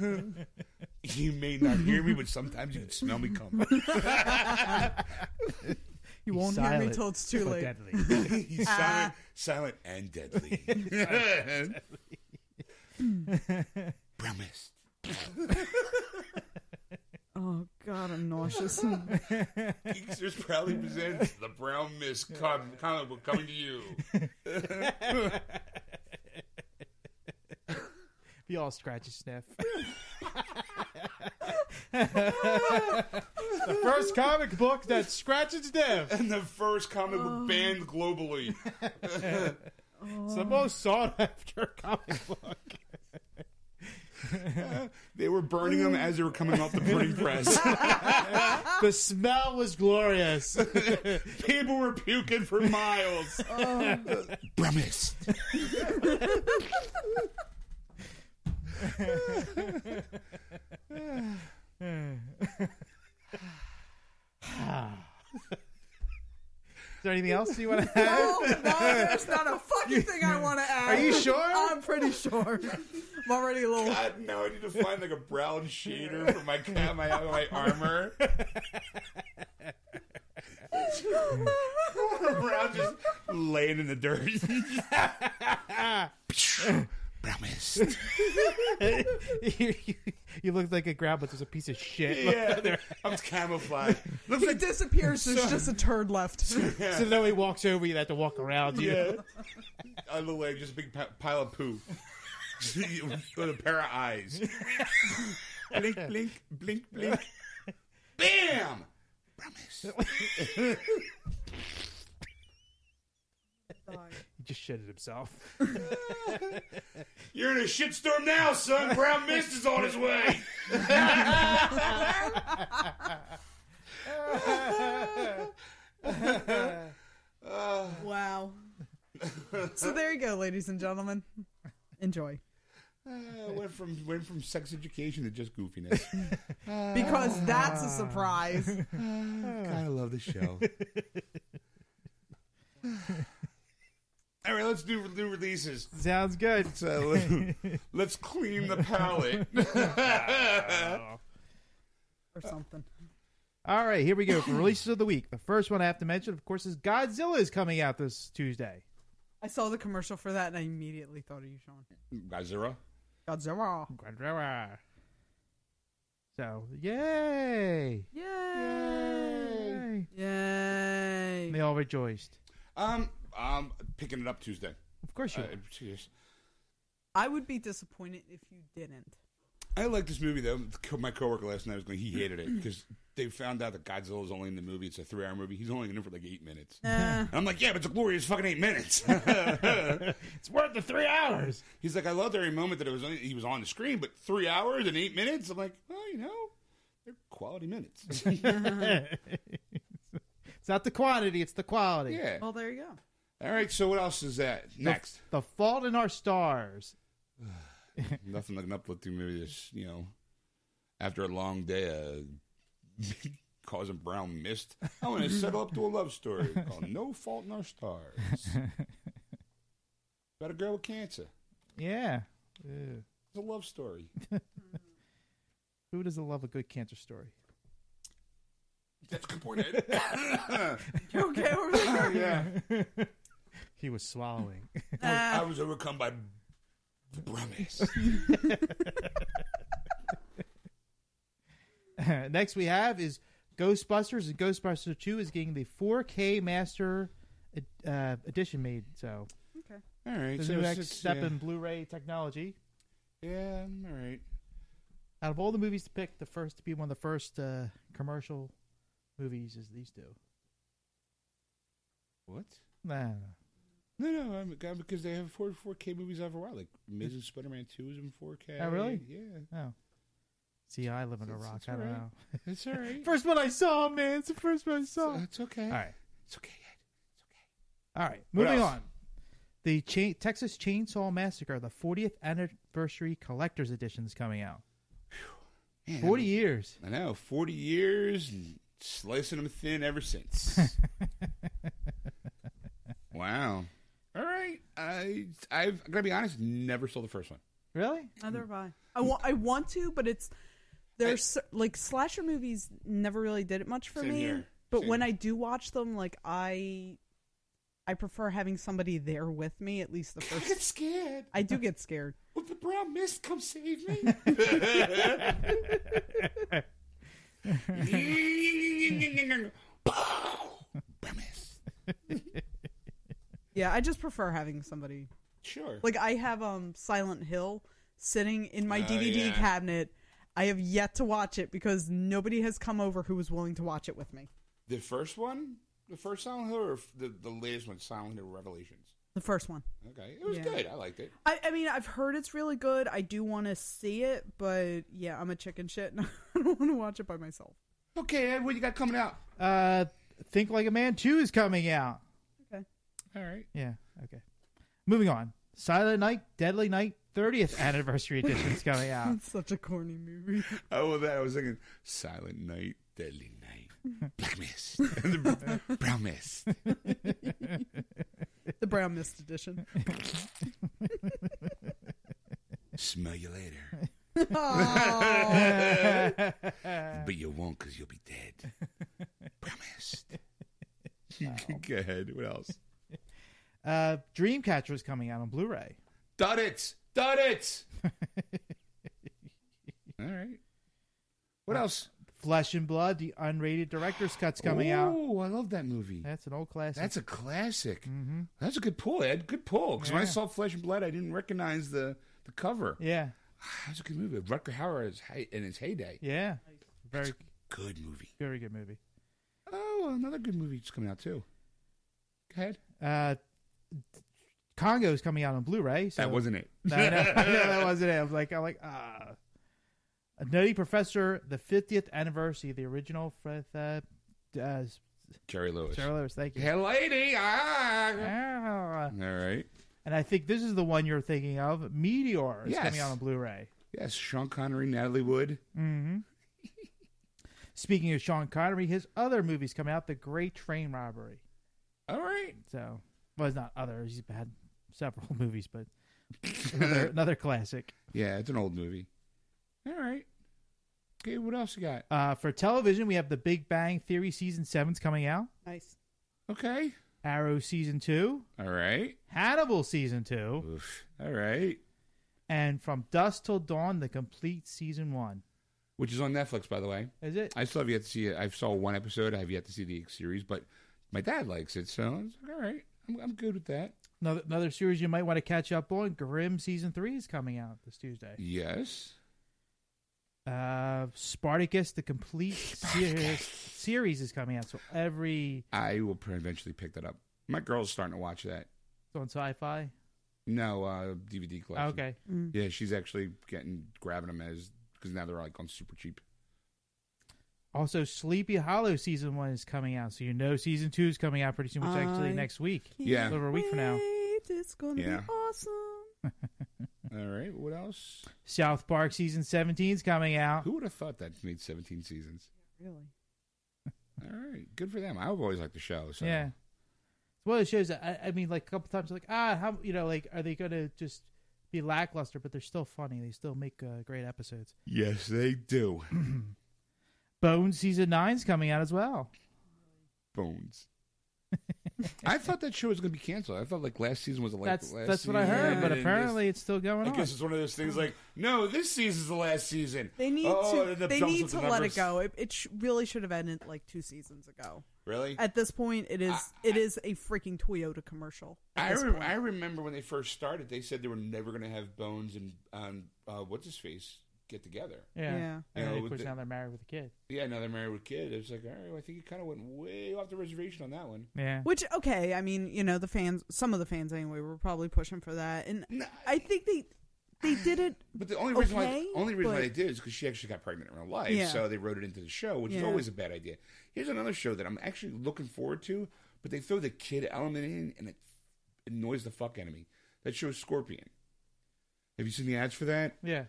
Speaker 3: You may not hear me, but sometimes you can smell me coming.
Speaker 2: You won't hear me
Speaker 4: silent,
Speaker 2: till it's too
Speaker 4: but
Speaker 2: late.
Speaker 4: deadly.
Speaker 3: *laughs* He's silent, silent and *laughs* deadly. Promised.
Speaker 2: Oh, God, I'm *laughs* nauseous.
Speaker 3: Geeksters proudly presents the Brown Mist com- comic book coming to you.
Speaker 4: We all scratch and
Speaker 2: *laughs*
Speaker 4: sniff. *laughs*
Speaker 5: The first comic book that scratches death.
Speaker 3: And the first comic book banned globally.
Speaker 5: It's the most sought after comic
Speaker 2: *laughs*
Speaker 5: book.
Speaker 3: They were burning them as they were coming off the printing press.
Speaker 5: The smell was
Speaker 4: *laughs*
Speaker 5: glorious.
Speaker 3: People were puking for miles. Promised.
Speaker 4: Is there anything else you want
Speaker 2: *laughs*
Speaker 4: to add?
Speaker 2: No, no, there's not a fucking thing I want to add.
Speaker 5: Are you sure?
Speaker 2: I'm pretty sure. I'm already a little.
Speaker 3: God, now I need to find like a brown shader for my ca- my, uh, my armor. *laughs* brown just laying in the *laughs* dirt. Promised.
Speaker 4: *laughs* you, you, you look like a grandma that's a piece of shit.
Speaker 3: Yeah, there- I'm camouflaged. Looks
Speaker 2: He
Speaker 3: like
Speaker 2: disappears. There's just a turd left.
Speaker 4: So then he walks over, you have to walk around you.
Speaker 3: *laughs* yeah. I look like just a big pi- pile of poo. *laughs* With a pair of *laughs* eyes. blink, blink, blink, blink. Bam! Promise.
Speaker 4: He just shitted himself. *laughs*
Speaker 3: You're in a shitstorm now, son. Brown mist is on his way.
Speaker 2: Wow. So there you go, ladies and gentlemen. Enjoy.
Speaker 3: *laughs* Uh, went from went from sex education to just *laughs* goofiness. Oh,
Speaker 2: Because that's a surprise.
Speaker 3: *laughs* kind of love the show. *laughs* All right, let's do new releases.
Speaker 4: Sounds good.
Speaker 3: So *laughs* let's- let's clean the palette.
Speaker 2: Or something.
Speaker 4: All right, here we go for releases of the week. The first one I have to mention, of course, is Godzilla is coming out this Tuesday.
Speaker 2: I saw the commercial for that and I immediately thought of you, Sean.
Speaker 3: Godzilla.
Speaker 2: Godzilla.
Speaker 4: Godzilla. So, yay!
Speaker 2: Yay! Yay!
Speaker 4: And they all rejoiced.
Speaker 3: Um, um, picking it up Tuesday.
Speaker 4: Of course you.
Speaker 3: Uh, cheers.
Speaker 2: I would be disappointed if you
Speaker 3: *laughs*
Speaker 2: didn't.
Speaker 3: I like this movie though. My coworker last night was going. He hated it because they found out that Godzilla's only in the movie. It's a three-hour movie. He's only in it for like eight minutes.
Speaker 2: Nah.
Speaker 3: And I'm like, yeah, but it's a glorious fucking eight minutes. *laughs*
Speaker 4: *laughs* it's worth the three hours. *laughs*
Speaker 3: He's like, I loved every moment that it was on, he was on the screen, but three hours and eight minutes. I'm like, well, you know, they're quality minutes. *laughs*
Speaker 4: It's not the quantity, it's the quality.
Speaker 3: yeah.
Speaker 2: well, there you go.
Speaker 3: All right. So what else is that next?
Speaker 4: The Fault in Our Stars.
Speaker 3: Nothing like an uplifting movie. This, you know, after a long day, uh, *laughs* causing brown mist. I
Speaker 4: *laughs*
Speaker 3: want to settle up to a love story called No Fault in Our
Speaker 4: *laughs*
Speaker 3: Stars. About a girl with cancer.
Speaker 4: Yeah. Ew.
Speaker 3: It's a love story.
Speaker 4: Who doesn't love a good cancer story?
Speaker 3: That's a good point. Ed.
Speaker 2: You okay over there?
Speaker 3: *laughs* yeah.
Speaker 4: He was *laughs* swallowing.
Speaker 3: I was overcome by brown mist.
Speaker 4: Next we have is Ghostbusters, and Ghostbusters 2 is getting the 4K Master uh, Edition made. So
Speaker 2: Okay.
Speaker 3: All right.
Speaker 4: The
Speaker 3: so
Speaker 4: new
Speaker 3: it's-
Speaker 4: X
Speaker 3: it's-
Speaker 4: step
Speaker 3: yeah.
Speaker 4: in Blu-ray technology.
Speaker 3: Yeah, I'm all right.
Speaker 4: Out of all the movies to pick, the first to be one of the first uh, commercial movies is these two.
Speaker 3: What?
Speaker 4: Nah, nah,
Speaker 3: No, no, I'm, I'm because they have four 4K movies out for a while. Like Amazing Spider-Man Two is in 4K.
Speaker 4: Oh, really?
Speaker 3: Yeah,
Speaker 4: no. no. See, I live in a
Speaker 3: It's-
Speaker 4: rock.
Speaker 3: it's
Speaker 4: I don't
Speaker 3: alright.
Speaker 4: know.
Speaker 3: *laughs* it's all right.
Speaker 4: First one I saw, man. It's the first one I saw.
Speaker 3: So it's okay.
Speaker 4: All right.
Speaker 3: It's okay. Ed.
Speaker 4: All right,
Speaker 3: What
Speaker 4: moving
Speaker 3: else?
Speaker 4: on. The cha- Texas Chainsaw Massacre, the 40th anniversary collector's edition is coming out.
Speaker 3: It's okay. Man,
Speaker 4: 40 years.
Speaker 3: I know. Forty years, and slicing them thin ever *laughs* since. wow. All right. I I've I gotta be honest. Never saw the first one.
Speaker 4: Really?
Speaker 2: Neither have I. I, wa- I want to, but it's there's like slasher movies never really did it much for
Speaker 3: Same
Speaker 2: me.
Speaker 3: here.
Speaker 2: But
Speaker 3: Same
Speaker 2: when
Speaker 3: here.
Speaker 2: I do watch them, like I, I prefer having somebody there with me at least the
Speaker 3: I *laughs*
Speaker 2: first.
Speaker 3: get scared.
Speaker 2: I do get scared.
Speaker 3: Will the brown mist come save *laughs* me? brown mist.
Speaker 2: Yeah, I just prefer having somebody.
Speaker 3: Sure.
Speaker 2: Like I have um Silent Hill sitting in my
Speaker 3: Oh,
Speaker 2: DVD
Speaker 3: yeah.
Speaker 2: cabinet. I have yet to watch it because nobody has come over who was willing to watch it with me.
Speaker 3: the first one, the first Silent Hill, or f- the the latest one, Silent Hill Revelations.
Speaker 2: The first one.
Speaker 3: Okay, it was
Speaker 2: Yeah.
Speaker 3: good. I liked it.
Speaker 2: I, I mean, I've heard it's really good. I do want to see it, but yeah, I'm a chicken shit and *laughs* I don't want to watch it by myself.
Speaker 3: Okay, Ed, what you got coming out?
Speaker 4: Uh, Think Like a Man 2 is coming out.
Speaker 3: All right.
Speaker 4: Yeah, okay. Moving on. Silent Night, Deadly Night, 30th *laughs* anniversary edition is coming out.
Speaker 2: It's such a corny movie. *laughs*
Speaker 3: Oh, well, that I was thinking Silent Night, Deadly *laughs* Night, Black Mist, and the br- Brown Mist.
Speaker 2: the Brown Mist
Speaker 3: *laughs*
Speaker 2: edition.
Speaker 3: Smell you later, *laughs*
Speaker 2: Oh,
Speaker 3: but you won't because you'll be dead. Brown *laughs* Mist. *laughs* Go ahead. What else?
Speaker 4: Uh, Dreamcatcher is coming out on Blu ray.
Speaker 3: Done it. Done *laughs* it. All right. What else?
Speaker 4: Flesh and Blood, the unrated director's cut's coming out.
Speaker 3: Oh, I love that movie.
Speaker 4: That's an old classic.
Speaker 3: That's a Mm-hmm. classic. That's a good pull, Ed. Good pull. Because when I
Speaker 4: Yeah.
Speaker 3: saw Flesh and Blood, I didn't recognize the, the cover.
Speaker 4: yeah,
Speaker 3: That's a good movie. Rutger Hauer is hi- in his heyday.
Speaker 4: yeah. Very,
Speaker 3: Good movie.
Speaker 4: very good movie.
Speaker 3: Oh, another good movie just coming out too. Go ahead.
Speaker 4: Uh, Congo is coming out on Blu-ray. So
Speaker 3: that
Speaker 4: *laughs*
Speaker 3: wasn't it.
Speaker 4: No, no, no, that wasn't it. I was like, I'm like, ah. A Nutty Professor, the 50th anniversary, the original Fred, uh, uh,
Speaker 3: Jerry Lewis.
Speaker 4: Sarah Lewis. Thank you.
Speaker 3: Hey, lady. Ah.
Speaker 4: Ah.
Speaker 3: All right.
Speaker 4: And I think this is the one you're thinking of. Meteor is
Speaker 3: Yes.
Speaker 4: coming out on Blu-ray.
Speaker 3: Yes, Sean Connery, Natalie Wood.
Speaker 4: hmm Speaking of Sean Connery, his other movies coming out, The Great Train Robbery.
Speaker 3: All right. *laughs*
Speaker 4: So, well, it's not others. He's had several *laughs* movies, but another,
Speaker 3: Uh,
Speaker 4: another classic.
Speaker 3: Yeah, it's an old movie. All right. Okay, what else you got?
Speaker 4: Uh, for television, we have The Big Bang Theory season seven's coming out.
Speaker 2: nice.
Speaker 3: Okay.
Speaker 4: Arrow season two,
Speaker 3: All right.
Speaker 4: Hannibal season two,
Speaker 3: Oof. All right.
Speaker 4: and From Dusk Till Dawn, the complete season one.
Speaker 3: Which is on Netflix, by the way.
Speaker 4: Is it?
Speaker 3: I still have yet to see it. I saw one episode. I have yet to see the series, but my dad likes it, so I was like, all right. I'm, I'm good with that.
Speaker 4: Another, another series you might want to catch up on. Grimm season three is coming out this Tuesday.
Speaker 3: Yes.
Speaker 4: Uh, Spartacus, the complete series, series is coming out. So every
Speaker 3: I will pr- eventually pick that up. My girl's starting to watch that.
Speaker 4: it's on Sci-Fi.
Speaker 3: No, uh, DVD collection.
Speaker 4: okay,
Speaker 3: Yeah, she's actually getting grabbing them as because now they're like on super cheap.
Speaker 4: Also, Sleepy Hollow season one is coming out, so you know season two is coming out pretty soon, which is actually
Speaker 2: I-
Speaker 4: next week.
Speaker 3: Yeah.
Speaker 4: Over a week from now.
Speaker 2: Wait, It's going to
Speaker 3: Yeah.
Speaker 2: be awesome.
Speaker 3: All right. What else?
Speaker 4: South Park season seventeen is coming out.
Speaker 3: Who would have thought that made 17 seasons?
Speaker 2: Really?
Speaker 3: All right. Good for them. I've always liked the show. So.
Speaker 4: Yeah, it's one of those shows that I, I mean, like a couple times, like ah, how you know, like are they going to just be lackluster? But they're still funny. They still make uh, great episodes.
Speaker 3: Yes, they do.
Speaker 4: Bones season nine's coming out as well.
Speaker 3: Bones. I thought that show was going to be canceled. I thought like last season was the like,
Speaker 4: that's
Speaker 3: last.
Speaker 4: that's what I heard,
Speaker 3: season,
Speaker 4: but
Speaker 3: and
Speaker 4: apparently it's still
Speaker 3: this-
Speaker 4: going
Speaker 3: I
Speaker 4: on.
Speaker 3: guess it's one of those things like, no, this season's the last season.
Speaker 2: They need
Speaker 3: Oh, and
Speaker 2: to.
Speaker 3: it
Speaker 2: They
Speaker 3: dumps
Speaker 2: need
Speaker 3: with
Speaker 2: to
Speaker 3: the
Speaker 2: let
Speaker 3: numbers.
Speaker 2: it go. It, it sh- really should have ended like two seasons ago.
Speaker 3: Really?
Speaker 2: At this point, it is it is a freaking Toyota commercial. at
Speaker 3: I,
Speaker 2: this
Speaker 3: rem-
Speaker 2: point.
Speaker 3: I remember when they first started, they said they were never going to have Bones and um, uh, what's his face get together.
Speaker 4: yeah.
Speaker 2: Yeah.
Speaker 4: And
Speaker 3: Yeah,
Speaker 4: then, of
Speaker 3: with
Speaker 4: course
Speaker 3: the-
Speaker 4: now they're married with a kid.
Speaker 3: Yeah, now they're married with kid. It's like, all right, well, I think you kind of went way off the reservation on that one.
Speaker 4: Yeah.
Speaker 2: Which okay, I mean, you know, the fans, some of the fans anyway, were probably pushing for that, and I think they they did it.
Speaker 3: But the only reason why
Speaker 2: Okay,
Speaker 3: only reason why
Speaker 2: but-
Speaker 3: they did is because she actually got pregnant in real life,
Speaker 2: Yeah.
Speaker 3: so they wrote it into the show, which is
Speaker 2: Yeah.
Speaker 3: always a bad idea. Here's another show that I'm actually looking forward to, but they throw the kid element in, and it annoys the fuck out of me. That show is Scorpion. Have you seen the ads for that?
Speaker 4: Yeah.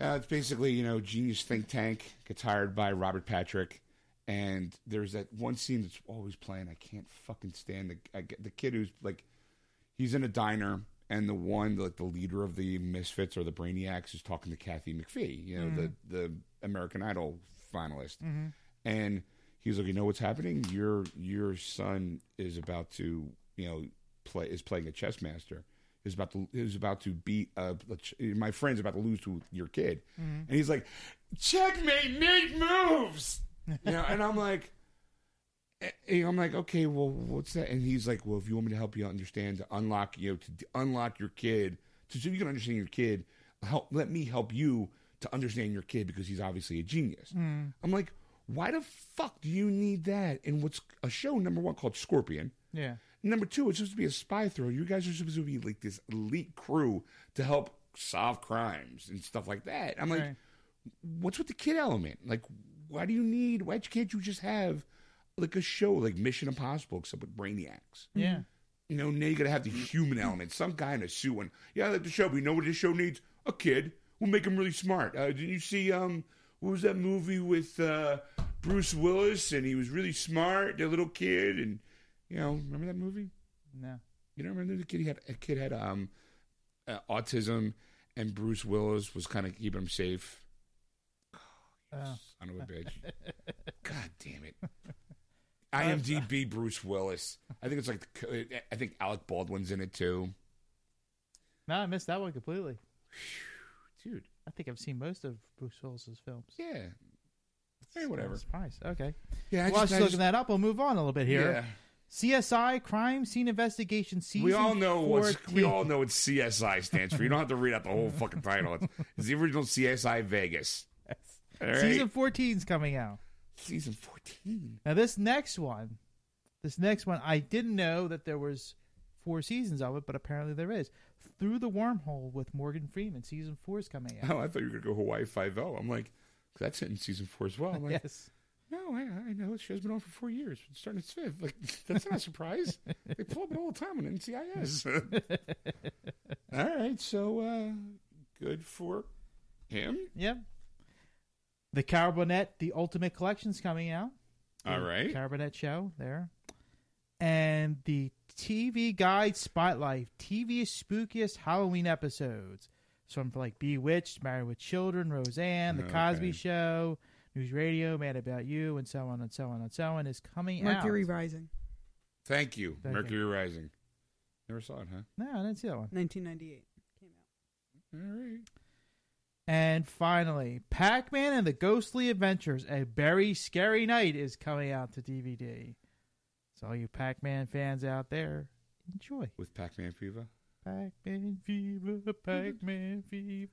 Speaker 3: Uh, it's basically, you know, genius think tank gets hired by Robert Patrick, and there's that one scene that's always playing. I can't fucking stand the I get, the kid who's like, he's in a diner, and the one like the leader of the Misfits or the Brainiacs is talking to Kathy McPhee, you know, the the American Idol finalist, and he's like, you know what's happening? Your your son is about to, you know, play is playing a chess master is about to is about to beat uh, my friend's about to lose to your kid, and he's like, checkmate, make moves. *laughs* you know, and I'm like, eh, you know, I'm like, okay, well, what's that? And he's like, well, if you want me to help you understand, to unlock you know, to d- unlock your kid, to so you can understand your kid, help let me help you to understand your kid because he's obviously a genius. I'm like, why the fuck do you need that? in what's a show number one called Scorpion.
Speaker 4: Yeah.
Speaker 3: Number two, it's supposed to be a spy thriller. You guys are supposed to be like this elite crew to help solve crimes and stuff like that. I'm like,
Speaker 4: Right.
Speaker 3: what's with the kid element? Like, why do you need? Why can't you just have like a show like Mission Impossible except with brainiacs?
Speaker 4: Yeah.
Speaker 3: You know, now you gotta have the human element, some guy in a suit. And yeah, I like the show, but you know what this show needs? A kid. We'll make him really smart. Uh, did you see? Um, what was that movie with uh, Bruce Willis? And he was really smart, the little kid, and you know, remember that movie?
Speaker 4: No.
Speaker 3: You don't remember the kid? He had a kid had um uh, autism, and Bruce Willis was kind of keeping him safe.
Speaker 4: Oh.
Speaker 3: *sighs* Son
Speaker 4: *laughs*
Speaker 3: of a bitch! God damn it! IMDb Bruce Willis. I think it's like the, co- I think Alec Baldwin's in it too.
Speaker 4: No, I missed that one completely.
Speaker 3: Dude,
Speaker 4: I think I've seen most of Bruce Willis's films.
Speaker 3: yeah. Hey, whatever.
Speaker 4: Surprise. Okay.
Speaker 3: Yeah, I
Speaker 4: While
Speaker 3: just,
Speaker 4: she's
Speaker 3: I
Speaker 4: looking
Speaker 3: just-
Speaker 4: that up, we'll move on a little bit here.
Speaker 3: yeah.
Speaker 4: CSI Crime Scene Investigation Season.
Speaker 3: We all know what
Speaker 4: 14.
Speaker 3: we all know what CSI stands for. You don't have to read out the
Speaker 4: *laughs*
Speaker 3: whole fucking title. It's, it's the original CSI Vegas. All right.
Speaker 4: Season 14's coming out.
Speaker 3: Season fourteen.
Speaker 4: Now this next one, this next one, I didn't know that there was four seasons of it, but apparently there is. Through the Wormhole with Morgan Freeman, season four is coming
Speaker 3: *laughs*
Speaker 4: out.
Speaker 3: Oh, I thought you were gonna go Hawaii Five O. I'm like, that's it in season four as well.
Speaker 4: *laughs*
Speaker 3: I'm like,
Speaker 4: yes,
Speaker 3: no, I, I know the show's been on for four years, It's starting its fifth. Like, *laughs* that's not a surprise. they pull up it all the time on
Speaker 4: *laughs*
Speaker 3: NCIS. all right, so uh, good for him.
Speaker 4: yep. The Carol Burnett, the Ultimate Collection's coming out.
Speaker 3: All right,
Speaker 4: Carol Burnett show there, and the TV Guide Spotlight, TV's spookiest Halloween episodes. So I'm for like Bewitched, Married with Children, Roseanne, The Cosby
Speaker 3: Okay.
Speaker 4: Show, News Radio, Mad About You, and so on and so on and so on is coming
Speaker 2: Mercury
Speaker 4: out.
Speaker 2: Rising,
Speaker 3: thank you,
Speaker 4: Thank you.
Speaker 3: Mercury Rising. Never saw it, huh?
Speaker 4: No, I didn't see that one.
Speaker 2: 1998 came out.
Speaker 3: All right.
Speaker 4: And finally, Pac Man and the Ghostly Adventures, a very scary night, is coming out to DVD. So, all you Pac Man fans out there, enjoy.
Speaker 3: With Pac-Man fever.
Speaker 4: Pac Man fever, Pac Man fever.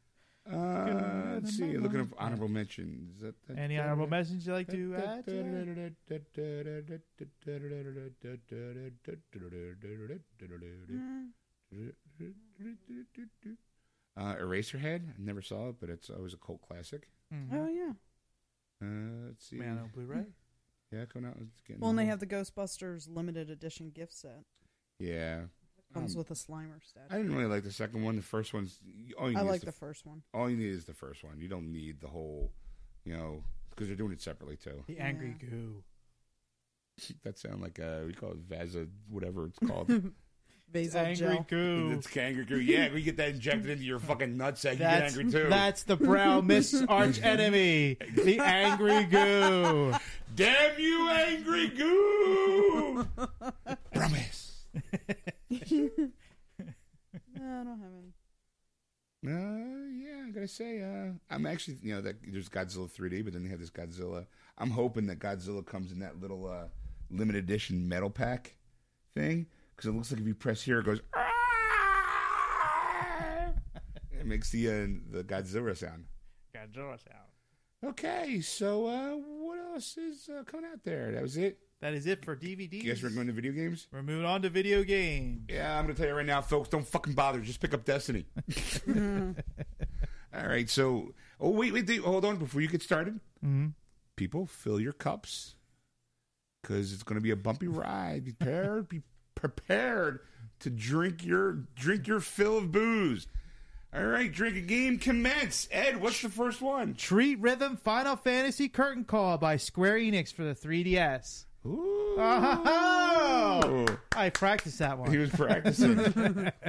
Speaker 3: Uh, let's see.
Speaker 4: Good
Speaker 3: Looking up
Speaker 4: night.
Speaker 3: honorable mentions. Is that- that-
Speaker 4: Any honorable message you'd like to add? to that?
Speaker 2: Mm,
Speaker 3: Uh, Eraserhead. I never saw it, but it's always a cult classic. Mm-hmm.
Speaker 2: Oh yeah.
Speaker 3: Uh, let's see.
Speaker 4: Man on Blu-ray.
Speaker 3: Yeah, coming out. It's getting
Speaker 2: Well, and they
Speaker 3: old.
Speaker 2: have the Ghostbusters limited edition gift set.
Speaker 3: Yeah.
Speaker 2: Comes
Speaker 3: Um,
Speaker 2: with a Slimer
Speaker 3: I
Speaker 2: statue.
Speaker 3: didn't really like the second one. The first one's all you
Speaker 2: I,
Speaker 3: need
Speaker 2: like
Speaker 3: is
Speaker 2: the, first one.
Speaker 3: all you need is the first one. You don't need the whole, you know, because they're doing it separately too. *laughs*
Speaker 4: The Angry
Speaker 2: Yeah.
Speaker 4: Goo.
Speaker 3: That sound like uh, we call it Vaza, whatever it's
Speaker 2: *laughs*
Speaker 3: called.
Speaker 2: Basil
Speaker 4: Angry
Speaker 2: gel.
Speaker 4: Goo.
Speaker 3: It's angry goo. Yeah, we get that injected into your fucking nutsack. You get
Speaker 4: That's,
Speaker 3: angry too.
Speaker 4: that's
Speaker 3: *laughs*
Speaker 4: the brown miss arch enemy, the angry goo.
Speaker 3: Damn you, angry goo! Promise. Uh, gonna say? Uh, I'm actually, you know, that there's Godzilla 3D, but then they have this Godzilla. I'm hoping that Godzilla comes in that little uh, limited edition metal pack thing because it looks like if you press here, it goes. "Ah!" it makes the uh, the Godzilla sound.
Speaker 5: Godzilla sound.
Speaker 3: Okay, so uh, what else is uh, coming out there? That was it.
Speaker 4: That is it for
Speaker 3: You guys
Speaker 4: DVDs.
Speaker 3: were going to video games.
Speaker 4: We're moving on to video games.
Speaker 3: Yeah, I'm gonna tell you right now, folks, don't fucking bother. Just pick up Destiny. *laughs* All right, so oh wait, wait, wait, hold on before you get started.
Speaker 4: Mhm.
Speaker 3: People, fill your cups because it's gonna be a bumpy ride. Be prepared, be prepared to drink your drink your fill of booze. All right, drink a game. Commence. Ed, what's the first one?
Speaker 4: Treat Rhythm Final Fantasy Curtain Call by Square Enix for the 3DS.
Speaker 3: Ooh.
Speaker 4: Oh! I practiced that
Speaker 3: He
Speaker 4: one.
Speaker 3: was practicing. *laughs* All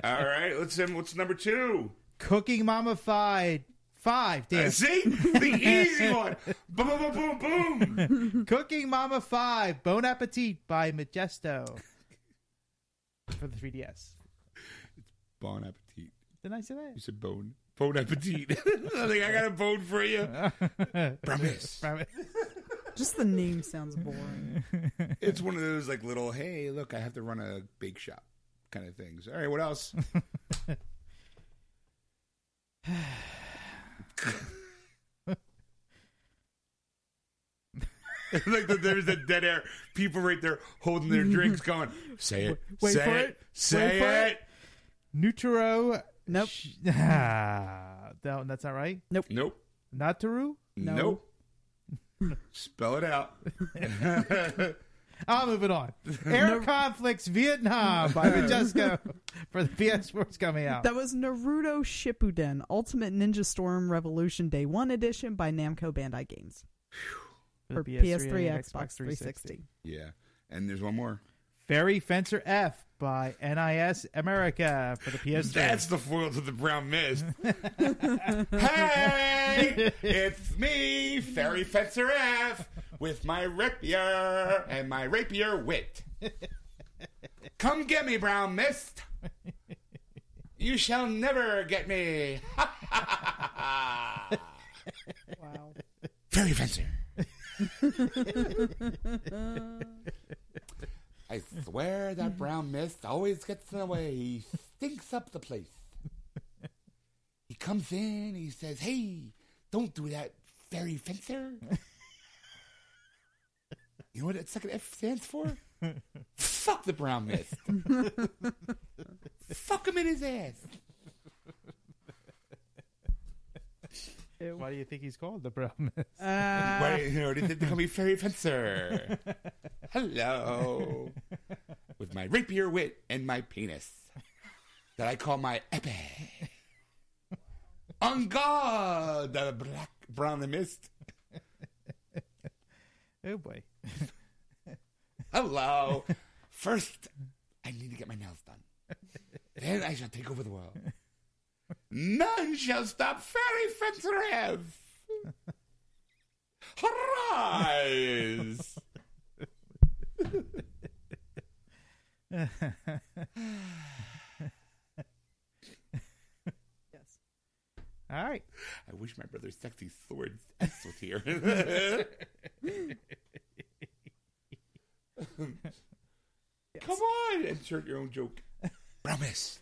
Speaker 3: right, let's see. What's number two?
Speaker 4: Cooking Mama Five. Five,
Speaker 3: *laughs*
Speaker 4: damn.
Speaker 3: See? The easy one. Boom, boom, boom, boom, boom.
Speaker 4: Cooking Mama 5, Bon Appetit by Majesto for the 3DS.
Speaker 3: Bon appetit.
Speaker 4: Didn't I say
Speaker 3: You said bone. Bone appetit. *laughs* I think I got a bone for
Speaker 4: *laughs*
Speaker 3: you.
Speaker 4: that?
Speaker 3: Promise.
Speaker 2: *laughs*
Speaker 4: Rabbit.
Speaker 2: Just the name sounds boring.
Speaker 3: It's one of those like little, hey, look, I have to run a bake shop kind of things. All right, what
Speaker 4: *laughs*
Speaker 3: else? *laughs* like the, there's that dead air. People right there holding their
Speaker 4: *laughs*
Speaker 3: drinks, going, "Say it,
Speaker 4: Wait
Speaker 3: say
Speaker 4: for
Speaker 3: it,
Speaker 4: it,
Speaker 3: say
Speaker 4: wait for
Speaker 3: it.
Speaker 4: it." Nutero.
Speaker 2: Nope.
Speaker 4: Sh- *laughs* Ah, that, that's not right.
Speaker 3: Nope,
Speaker 4: Naturu?
Speaker 2: No.
Speaker 3: nope. *laughs* Spell it out.
Speaker 4: I'm moving
Speaker 2: *laughs*
Speaker 4: on. Air Conflicts Vietnam by Majesco for the PS4 is coming out.
Speaker 2: That was Naruto Shippuden Ultimate Ninja Storm Revolution Day 1 Edition by Namco Bandai Games
Speaker 4: For
Speaker 2: for
Speaker 4: the
Speaker 2: PS3,
Speaker 4: and
Speaker 2: Xbox 360.
Speaker 3: yeah, and there's one more.
Speaker 4: Fairy Fencer F by NIS America for the PS3.
Speaker 2: *laughs*
Speaker 3: That's the foil to the brown mist. hey, it's me, Fairy Fencer F, with my rapier and my rapier wit. Come get me, brown mist. You shall never get me. *laughs*
Speaker 2: Wow.
Speaker 3: Fairy Fencer. I swear that brown mist always gets in the way. He stinks up the place. He comes in, he says, Hey, don't do that, Fairy Fencer. You know what that second F stands for? Fuck the brown mist. Fuck him in his ass.
Speaker 4: Why do you think he's called the Brown Mist?
Speaker 2: Uh,
Speaker 3: Wait, no, did they call me Fairy Fencer? Hello. With my rapier wit and my penis that I call my epe. On God, the black brown mist.
Speaker 4: *laughs* Oh boy.
Speaker 3: Hello. First, I need to get my nails done. Then I shall take over the world. None shall stop Fairy Fencer F. Arise.
Speaker 2: yes.
Speaker 4: All right.
Speaker 3: I wish my brother's sexy *laughs* sword S was here. Come on, insert your own joke. Promise.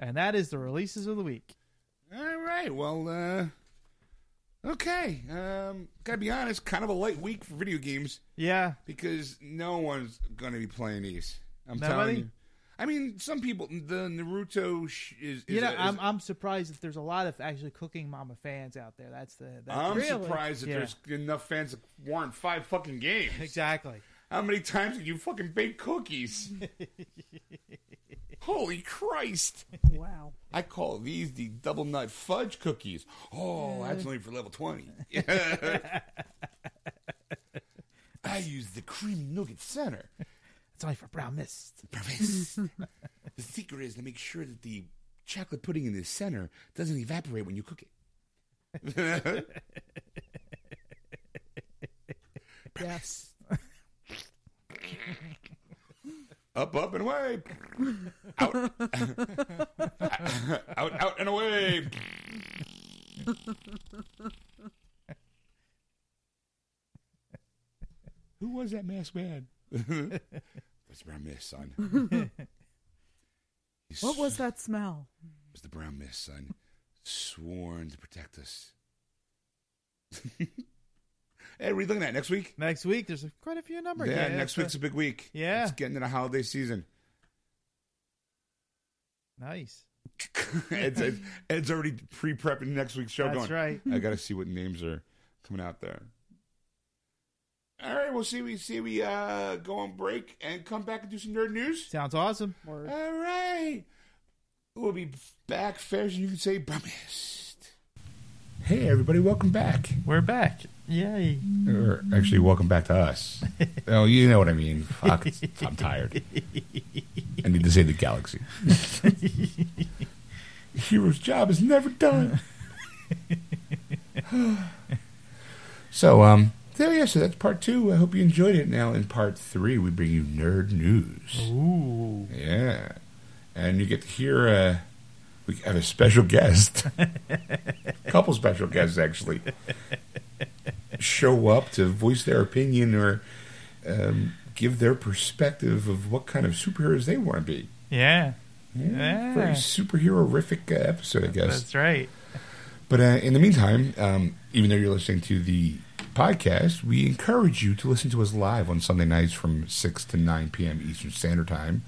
Speaker 4: And that is the releases of the week.
Speaker 3: All right. Well, uh, okay. Um, gotta be honest, kind of a light week for video games
Speaker 4: Yeah.
Speaker 3: because no one's gonna be playing these. I'm telling
Speaker 4: Nobody?
Speaker 3: you. I mean, some people. The Naruto sh- is. is
Speaker 4: You know,
Speaker 3: a- is-
Speaker 4: I'm, I'm surprised that there's a lot of actually Cooking Mama fans out there. That's the. That's
Speaker 3: I'm
Speaker 2: Really?
Speaker 3: surprised that
Speaker 4: Yeah.
Speaker 3: there's enough fans that warrant five fucking games.
Speaker 4: Exactly.
Speaker 3: How many times did you fucking bake cookies? Holy Christ!
Speaker 2: *laughs* Wow.
Speaker 3: I call these the double nut fudge cookies. Oh, that's only for level 20. *laughs* I use the cream nougat center.
Speaker 4: It's only for
Speaker 3: *laughs*
Speaker 4: Brown Mist.
Speaker 3: Promise. the secret is to make sure that the chocolate pudding in the center doesn't evaporate when you cook it.
Speaker 2: Yes.
Speaker 3: Up, up, and away. Out. *laughs* out, out, and away. Who was that masked man? *laughs* That's Brown Mist, son. *laughs* He
Speaker 2: What was that smell?
Speaker 3: was the brown mist, son, sworn to protect us. *laughs* hey, what are you looking at next week?
Speaker 4: Next week, there's quite a few numbers.
Speaker 3: yeah,
Speaker 4: games.
Speaker 3: next week's a big week.
Speaker 4: Yeah.
Speaker 3: It's getting into the holiday season.
Speaker 4: Nice.
Speaker 3: Ed's, Ed's, Ed's already pre prepping next week's show
Speaker 4: That's
Speaker 3: going.
Speaker 4: right.
Speaker 3: I got to see what names are coming out there. All right, we'll see. We see. We uh, go on break and come back and do some nerd news.
Speaker 4: Sounds awesome.
Speaker 3: All right, we'll be back first. You can say promised. Hey, everybody, welcome back.
Speaker 1: We're back. Yay.
Speaker 3: Or actually, welcome back to us. oh, you know what I mean. Fuck, I'm tired. I need to say the galaxy. Hero's job is never done. so, um, there, yeah, so that's part two. I hope you enjoyed it. Now, in part three, we bring you nerd news.
Speaker 1: Ooh.
Speaker 3: Yeah. And you get to hear, uh, we have a special guest, couple special guests actually, show up to voice their opinion or um, give their perspective of what kind of superheroes they want to be. Hmm.
Speaker 1: Yeah.
Speaker 3: Very
Speaker 1: Yeah.
Speaker 3: superhero-rific uh, episode, I guess.
Speaker 1: That's right.
Speaker 3: But uh, in the meantime, um, even though you're listening to the podcast, we encourage you to listen to us live on Sunday nights from 6 to 9 p.m. Eastern Standard Time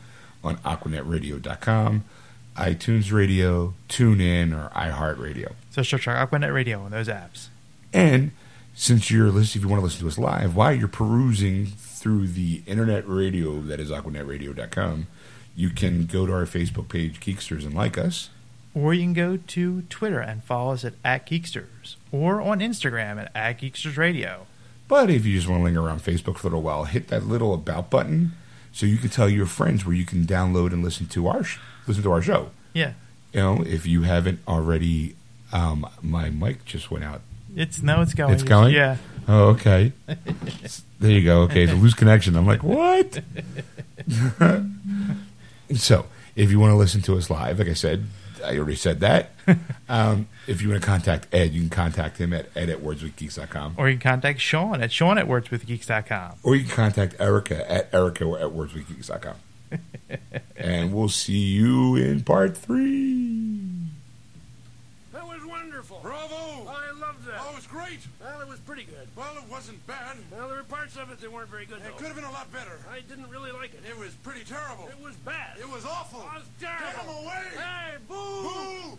Speaker 3: on AquanetRadio.com, iTunes Radio, TuneIn, or iHeartRadio.
Speaker 1: So she'll try Aquanet Radio on those apps.
Speaker 3: And since you're listening, if you want to listen to us live, while you're perusing through the internet radio that is AquanetRadio.com, you can go to our Facebook page, Geeksters, and like us.
Speaker 1: Or you can go to Twitter and follow us at, at Geeksters or on Instagram at, at Geeksters Radio.
Speaker 3: But if you just want to linger around Facebook for a little while, hit that little about button so you can tell your friends where you can download and listen to our sh- listen to our show.
Speaker 1: Yeah.
Speaker 3: You know, if you haven't already, um, my mic just went out.
Speaker 1: It's no, it's going.
Speaker 3: It's going?
Speaker 1: Yeah.
Speaker 3: Oh, okay. there you go. Okay, it's a loose connection. I'm like, what? *laughs* so, if you want to listen to us live, like I said, I already said that. Um, if you want to contact Ed, you can contact him at ed at wordswithgeeks.com.
Speaker 1: Or you can contact Sean at Sean at WordsWithGeeks.com.
Speaker 3: Or you can contact Erica at Erica at wordswithgeeks.com. and we'll see you in part three.
Speaker 6: That was wonderful.
Speaker 7: Bravo!
Speaker 6: I loved that.
Speaker 7: Oh, it was great.
Speaker 6: Well, it was pretty good.
Speaker 7: Well, it wasn't bad.
Speaker 6: Well, there were parts of it that weren't very good.
Speaker 7: It
Speaker 6: though.
Speaker 7: could have been a lot better.
Speaker 6: I didn't really like it.
Speaker 7: It was pretty terrible.
Speaker 6: It was bad.
Speaker 7: It was awful.
Speaker 6: It was terrible.
Speaker 7: Get him away!
Speaker 6: Hey, boo!
Speaker 7: Boo!